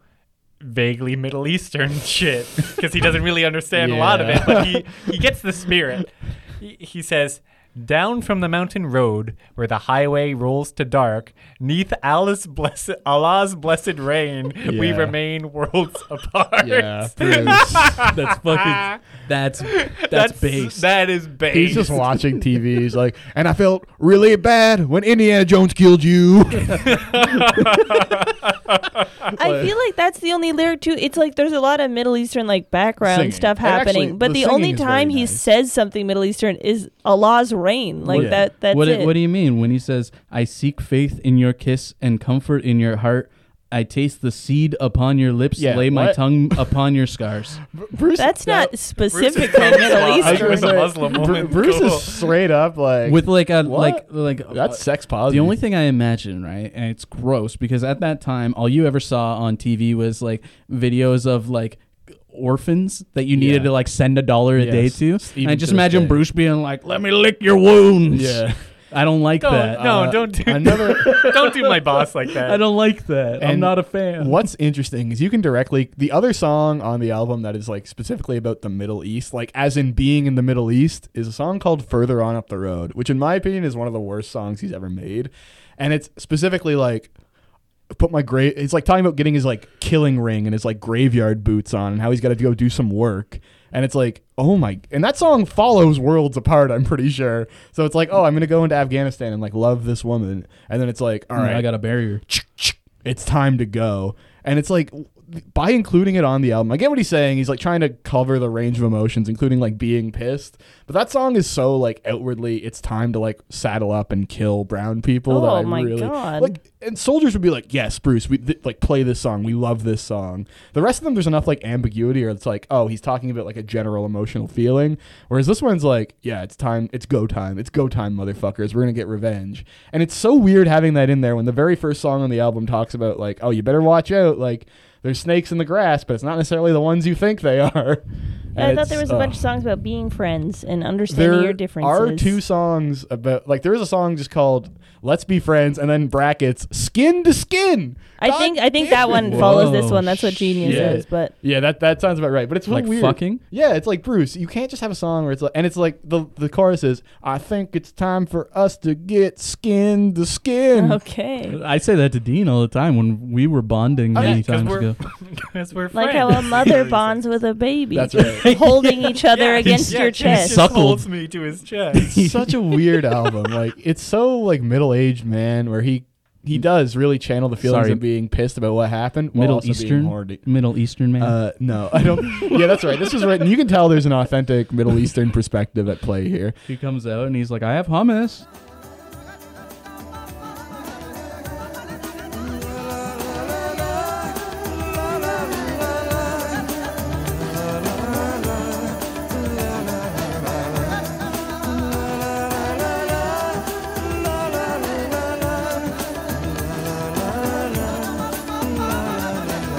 vaguely Middle Eastern [LAUGHS] shit because he doesn't really understand a lot of it, but he he gets the spirit. He, he says. Down from the mountain road, where the highway rolls to dark, neath Allah's blessed, Allah's blessed rain, we
Yeah.
remain worlds [LAUGHS] apart.
Yeah,
[LAUGHS]
[LAUGHS] Bruce.
that's fucking. [LAUGHS] That's that's, base.
That is base.
He's just
[LAUGHS]
watching TV. He's like, and I felt really bad when Indiana Jones killed you.
[LAUGHS] I feel like that's the only lyric too. It's like there's a lot of Middle Eastern like background
Singing.
stuff
And actually,
happening, but
the
the, only
singing is very
time he
nice.
says something Middle Eastern is Allah's reign. Like
What-
that. That's
what,
it.
What do you mean when he says, "I seek faith in your kiss and comfort in your heart"? I taste the seed upon your lips.
Yeah,
lay my
what?
tongue upon your
[LAUGHS]
scars.
Bruce,
that's
that-
not specifically Middle
I was
Eastern.
gonna say- Muslim
Bru-
woman.
Bruce
Cool.
is straight up like
With like a
What?
like like
that's sex positive.
The only thing I imagine, right, and it's gross because at that time, all you ever saw on TV was like videos of like orphans that you needed
Yeah.
to like send a dollar a day
Yes,
to.
even
And I just
to this
imagine
day.
Bruce being like, "Let me lick your wounds."
Yeah.
I don't like
Don't-
that.
no, don't do
Uh, another.
[LAUGHS] don't do my boss like that.
I don't like that. I'm
And
not a fan.
what's interesting is you can directly the other song on the album that is like specifically about the Middle East, like as in being in the Middle East, is a song called "Further On Up the Road," which in my opinion is one of the worst songs he's ever made, and it's specifically like put my grave. It's like talking about getting his like killing ring and his like graveyard boots on, and how he's got to go do some work. And it's like, oh my! And that song follows worlds apart. I'm pretty sure. So it's like, oh, I'm gonna go into Afghanistan and like love this
Mm,
woman, and then it's like, all
All
right,
right. I got a barrier.
it's time to go. And it's like by including it on the album, I get what he's saying. He's like trying to cover the range of emotions, including like being pissed. But that song is so like outwardly, it's time to like saddle up and kill brown people. that
Oh
I
my
really,
God.
Like, and soldiers would be like, "Yes, Bruce, we th- like play this song. We love this song." The rest of them, there's enough like ambiguity, or it's like, "Oh, he's talking about like a general emotional feeling." Whereas this one's like, "Yeah, it's time. It's go time. It's go time, motherfuckers. We're gonna get revenge." And it's so weird having that in there when the very first song on the album talks about like, "Oh, you better watch out. Like, there's snakes in the grass, but it's not necessarily the ones you think they are." [LAUGHS]
Yeah,
And
I thought
it's- uh,
there was a
ugh.
bunch of songs about being friends and understanding
There
your differences.
are two songs about like there is a song just called "Let's Be Friends" and then brackets skin to skin.
I
God
think I think that
damn it.
one follows this
Whoa,
one. That's what genius
shit.
is.
[LAUGHS]
But
Yeah, that that sounds about right. But it's
Like
weird.
fucking?
Yeah, it's like Bruce. You can't just have a song where it's like, and it's like the the chorus is, "I think it's time for us to get skin to skin."
[LAUGHS] okay,
I say that to Dean all the time when we were
Oh,
bonding many times
[LAUGHS]
ago.
[LAUGHS] Because we're
like
friends.
how a
[LAUGHS]
mother bonds with a baby,
That's right.
[LAUGHS] holding each other
Yeah,
against
yeah,
your
he just
chest.
sucked
holds me to his
[LAUGHS]
chest. [LAUGHS]
It's such a
[LAUGHS]
weird album. Like it's so like middle aged man where he he does really channel the feelings
Sorry.
of being pissed about what happened. while
Middle
also being
Eastern,
horny.
Middle Eastern man.
[LAUGHS] Uh, no, I don't. yeah, that's right. This was written. You can tell there's an authentic Middle Eastern perspective at play here.
he comes out and he's like, "I have hummus."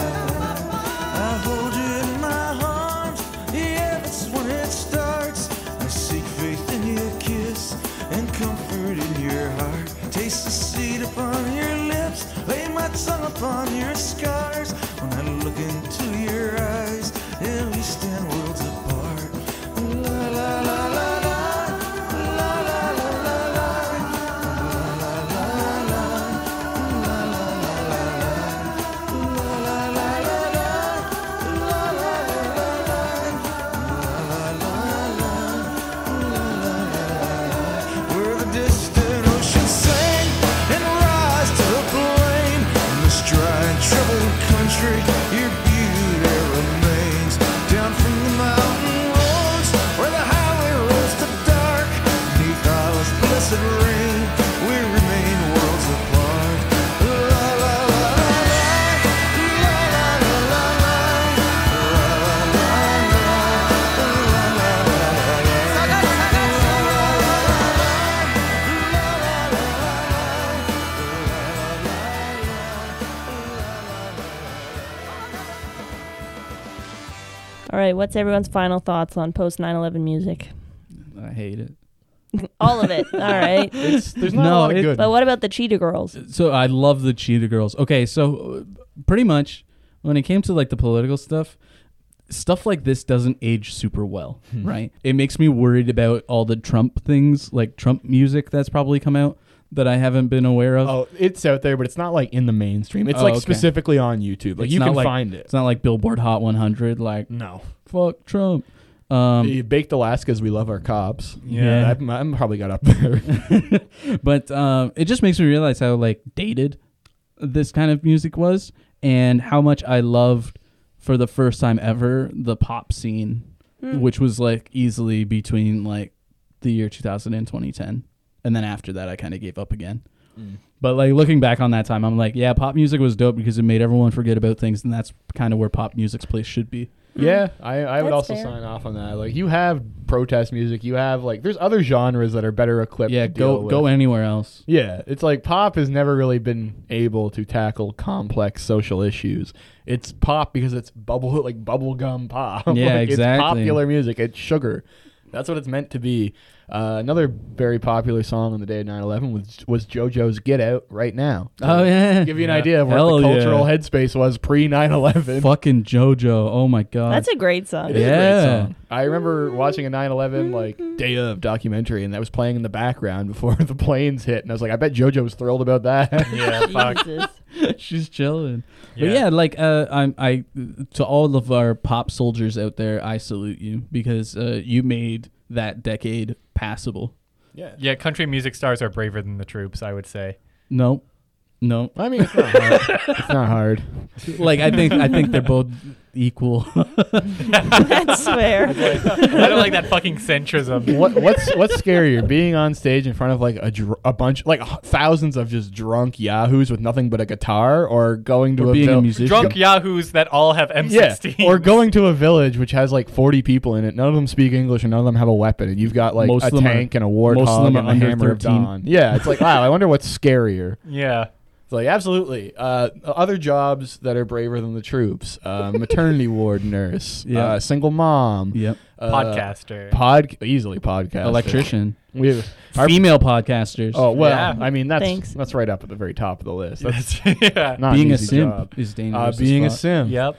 I hold you in my arms, yeah, that's when it starts. I seek faith in your kiss and comfort in your heart. Taste the seed upon your lips, lay my tongue upon your scars. When I look into your eyes, yeah, we stand worlds apart. La la la la la, la la la la la, la la la la la. Where the distant ocean sang and rise to the plain. In this dry and troubled country, your beauty remains. Down from the mountain roads, where the highway rolls to dark. Neath Allah's blessed rain, we remain worlds apart. La la la la la, la la la la
All right, what's everyone's final thoughts on post 9/11 music?
I hate it.
All of it. All
[LAUGHS]
right.
[LAUGHS] It's, there's not
No,
a lot of
it-
good.
But what about the Cheetah Girls?
so I love the Cheetah Girls. Okay, so uh, pretty much when it came to like the political stuff, stuff like this doesn't age super well,
Hmm.
right? It makes me worried about all the Trump things, like Trump music that's probably come out that I haven't been aware of.
Oh, it's out there, but it's not like in the mainstream. It's
Oh,
like
okay.
specifically on YouTube. Like
It's
you
not
can
like-
find it.
It's not like Billboard Hot 100, like
No,
fuck Trump. Um,
You baked Alaska's. We love our cops.
Yeah.
I'm, I'm probably got up [LAUGHS] there.
but um, it just makes me realize how like dated this kind of music was, and how much I loved for the first time ever the pop scene, which was like easily between like the year 2000 and 2010, and then after that I kind of gave up again.
Mm.
But like looking back on that time, I'm like, yeah, pop music was dope because it made everyone forget about things, and that's kind of where pop music's place should be.
yeah, I, I would
That's
also
fair.
sign off on that. Like you have protest music. You have like there's other genres that are better equipped.
Yeah,
to
go
deal with.
go anywhere else.
Yeah, it's like pop has never really been able to tackle complex social issues. It's pop because it's bubble [LAUGHS] like bubblegum pop. [LAUGHS]
Yeah,
Like, It's
exactly.
popular music. It's sugar. That's what it's meant to be. Uh, another very popular song on the day of 9/11 was was JoJo's "Get Out" right now.
Oh yeah,
give you an idea of what
Hell
the
yeah.
cultural headspace was pre 9/11.
fucking JoJo. Oh my god,
That's a great
[LAUGHS] It
song.
is a great
Yeah.
song. I remember watching a 9/11 like day of documentary, and that was playing in the background before [LAUGHS] the planes hit, and I was like, I bet JoJo was thrilled about that. [LAUGHS]
yeah, fuck.
Jesus. [LAUGHS]
She's chilling.
Yeah.
But yeah, like uh, I'm I to all of our pop soldiers out there, I salute you because uh, you made that decade passable.
yeah, [LAUGHS]
Yeah, country music stars are braver than the troops, I would say.
No, No,
I mean, it's not hard. it's not hard.
like I think I think they're both equal.
That's fair.
I don't like that fucking centrism.
What, what's what's scarier, being on stage in front of like a, dr- a bunch, like h- thousands of just drunk yahoos with nothing but a guitar, or going to
Or
a
being a
vil-
musician.
Drunk yahoos that all have
Yeah,
M16.
or going to a village which has like 40 people in it. None of them speak English, and none of them have a weapon. And you've got like
Most
a
of them are-
tank and a
most of
warthog
them
and
are
a
under
hammer of
13.
dawn. Yeah, it's like wow. I wonder what's scarier.
[LAUGHS] Yeah.
It's like absolutely. Uh, other jobs that are braver than the troops: uh, maternity ward nurse,
Yeah.
uh, single mom,
[LAUGHS] yep.
uh,
Podcaster.
pod easily podcast,
Electrician.
We have our,
Female podcasters.
oh well,
Yeah.
I mean that's
Thanks.
that's right up at the very top of the list. That's
That's, yeah.
not
being
an
a
easy
simp
job.
is
Uh,
dangerous.
being a
as fuck.
simp.
Yep.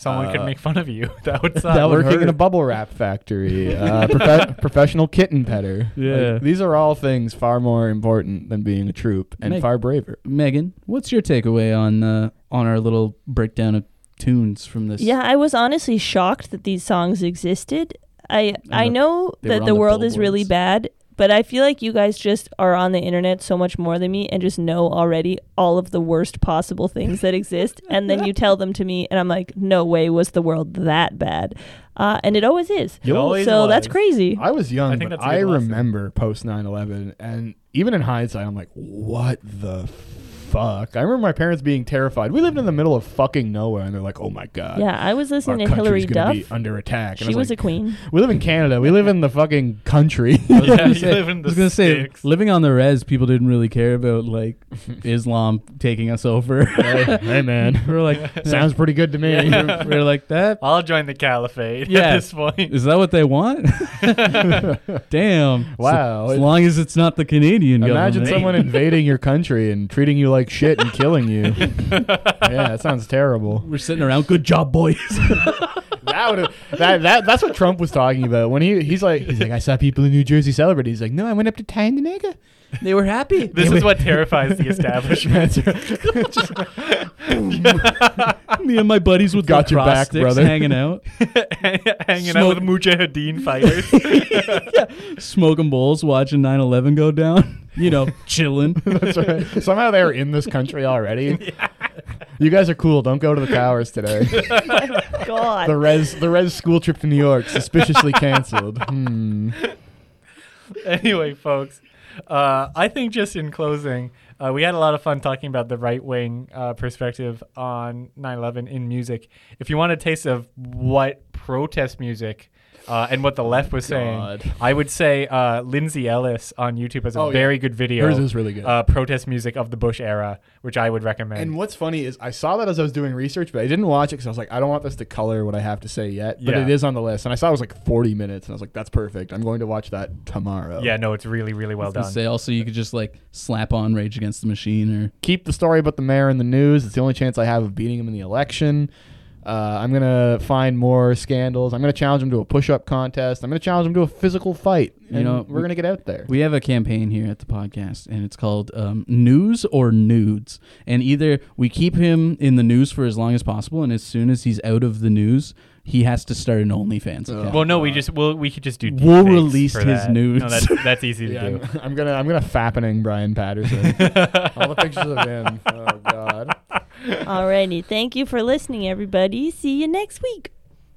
Someone could
Uh,
make fun of you. [LAUGHS] That would suck.
That would
working in
hurt.
a bubble wrap factory, uh, [LAUGHS] profe- professional kitten petter.
Yeah.
Like, these are all things far more important than being a troop and
Make-
far braver.
Megan, what's your takeaway on uh, on our little breakdown of tunes from this?
Yeah, I was honestly shocked that these songs existed. I I
the-
know
they were
that
on
the
the
world is really
billboards.
bad, but I feel like you guys just are on the internet so much more than me and just know already all of the worst possible things that exist, and then you tell them to me, and I'm like, no way was the world that bad, uh, and it always is.
It always
so that's
was.
crazy.
I was young,
I think
but
that's a good
I
lesson.
remember post 9-11, and even in hindsight, I'm like, what the fuck? I remember my parents being terrified. We lived in the middle of fucking nowhere, and they're like, oh my god.
yeah, I was
Our
listening to
country's
Hillary
gonna
Duff.
be under attack. And
She
I was,
was a
like,
queen.
we live in Canada. We live in the fucking country. [LAUGHS]
[LAUGHS]
yeah, you
say-
live in
I
the
was gonna say,
sticks.
living on the res, people didn't really care about like [LAUGHS] Islam taking us over.
hey, hey, man,
[LAUGHS] we're like,
sounds pretty good to me.
we're, we're like that.
I'll join the caliphate at
Yeah.
this point.
Is that what they want? [LAUGHS] Damn.
Wow.
So- as long as it's not the Canadian
[LAUGHS] Imagine
government.
someone invading your country and treating you like shit and killing you. yeah, that sounds terrible.
[LAUGHS] We're sitting around. Good job, boys.
[LAUGHS] That would that, that that's what Trump was talking about when he he's like he's like I saw people in New Jersey celebrating. He's like, no, I went up to Tandanaga.
[LAUGHS] they were happy.
This is what terrifies the
[LAUGHS]
establishment.
[LAUGHS]
[LAUGHS]
me and my buddies with
Got
got
your
your
back, brother.
hanging
[LAUGHS]
out,
Hanging
Smoke-
out with Mujahideen fighters.
smoking bowls, watching 9/11 go down. [LAUGHS] You
[LAUGHS]
know, chilling.
That's right. Somehow they're in this country already.
[LAUGHS]
You guys are cool. Don't go to the towers today.
God.
The res the res school trip to New York suspiciously canceled. Hmm.
[LAUGHS] anyway, folks, uh, I think just in closing, uh, we had a lot of fun talking about the right wing uh, perspective on 9 11 in music. If you want a taste of what protest music uh, and what the left was
Oh, God.
saying, I would say uh, Lindsay Ellis on YouTube has a
Oh, yeah.
very good video.
Hers is really good.
Uh, protest music of the Bush era, which I would recommend.
And what's funny is I saw that as I was doing research, but I didn't watch it because I was like, I don't want this to color what I have to say yet. But
Yeah.
it is on the list, and I saw it was like 40 minutes, and I was like, that's perfect. I'm going to watch that tomorrow.
yeah, no, it's really, really well done.
Say also, you could just like slap on Rage Against the Machine or
Keep the story about the mayor in the news. It's the only chance I have of beating him in the election. Uh, I'm gonna find more scandals. I'm gonna challenge him to a push-up contest. I'm gonna challenge him to a physical fight. And
know,
we're gonna get out there.
We have a campaign here at the podcast, and it's called um, News or Nudes. And either we keep him in the news for as long as possible, and as soon as he's out of the news, he has to start an OnlyFans account.
well, no, we just we'll, we could just do.
We'll
deepfakes
release
for
his
that.
nudes.
No, that's, that's easy to
[LAUGHS] Yeah,
do.
I'm, I'm gonna I'm gonna fappening Brian Patterson. [LAUGHS] All the pictures of him. Oh God.
Alrighty. Thank you for listening, everybody. See you next week.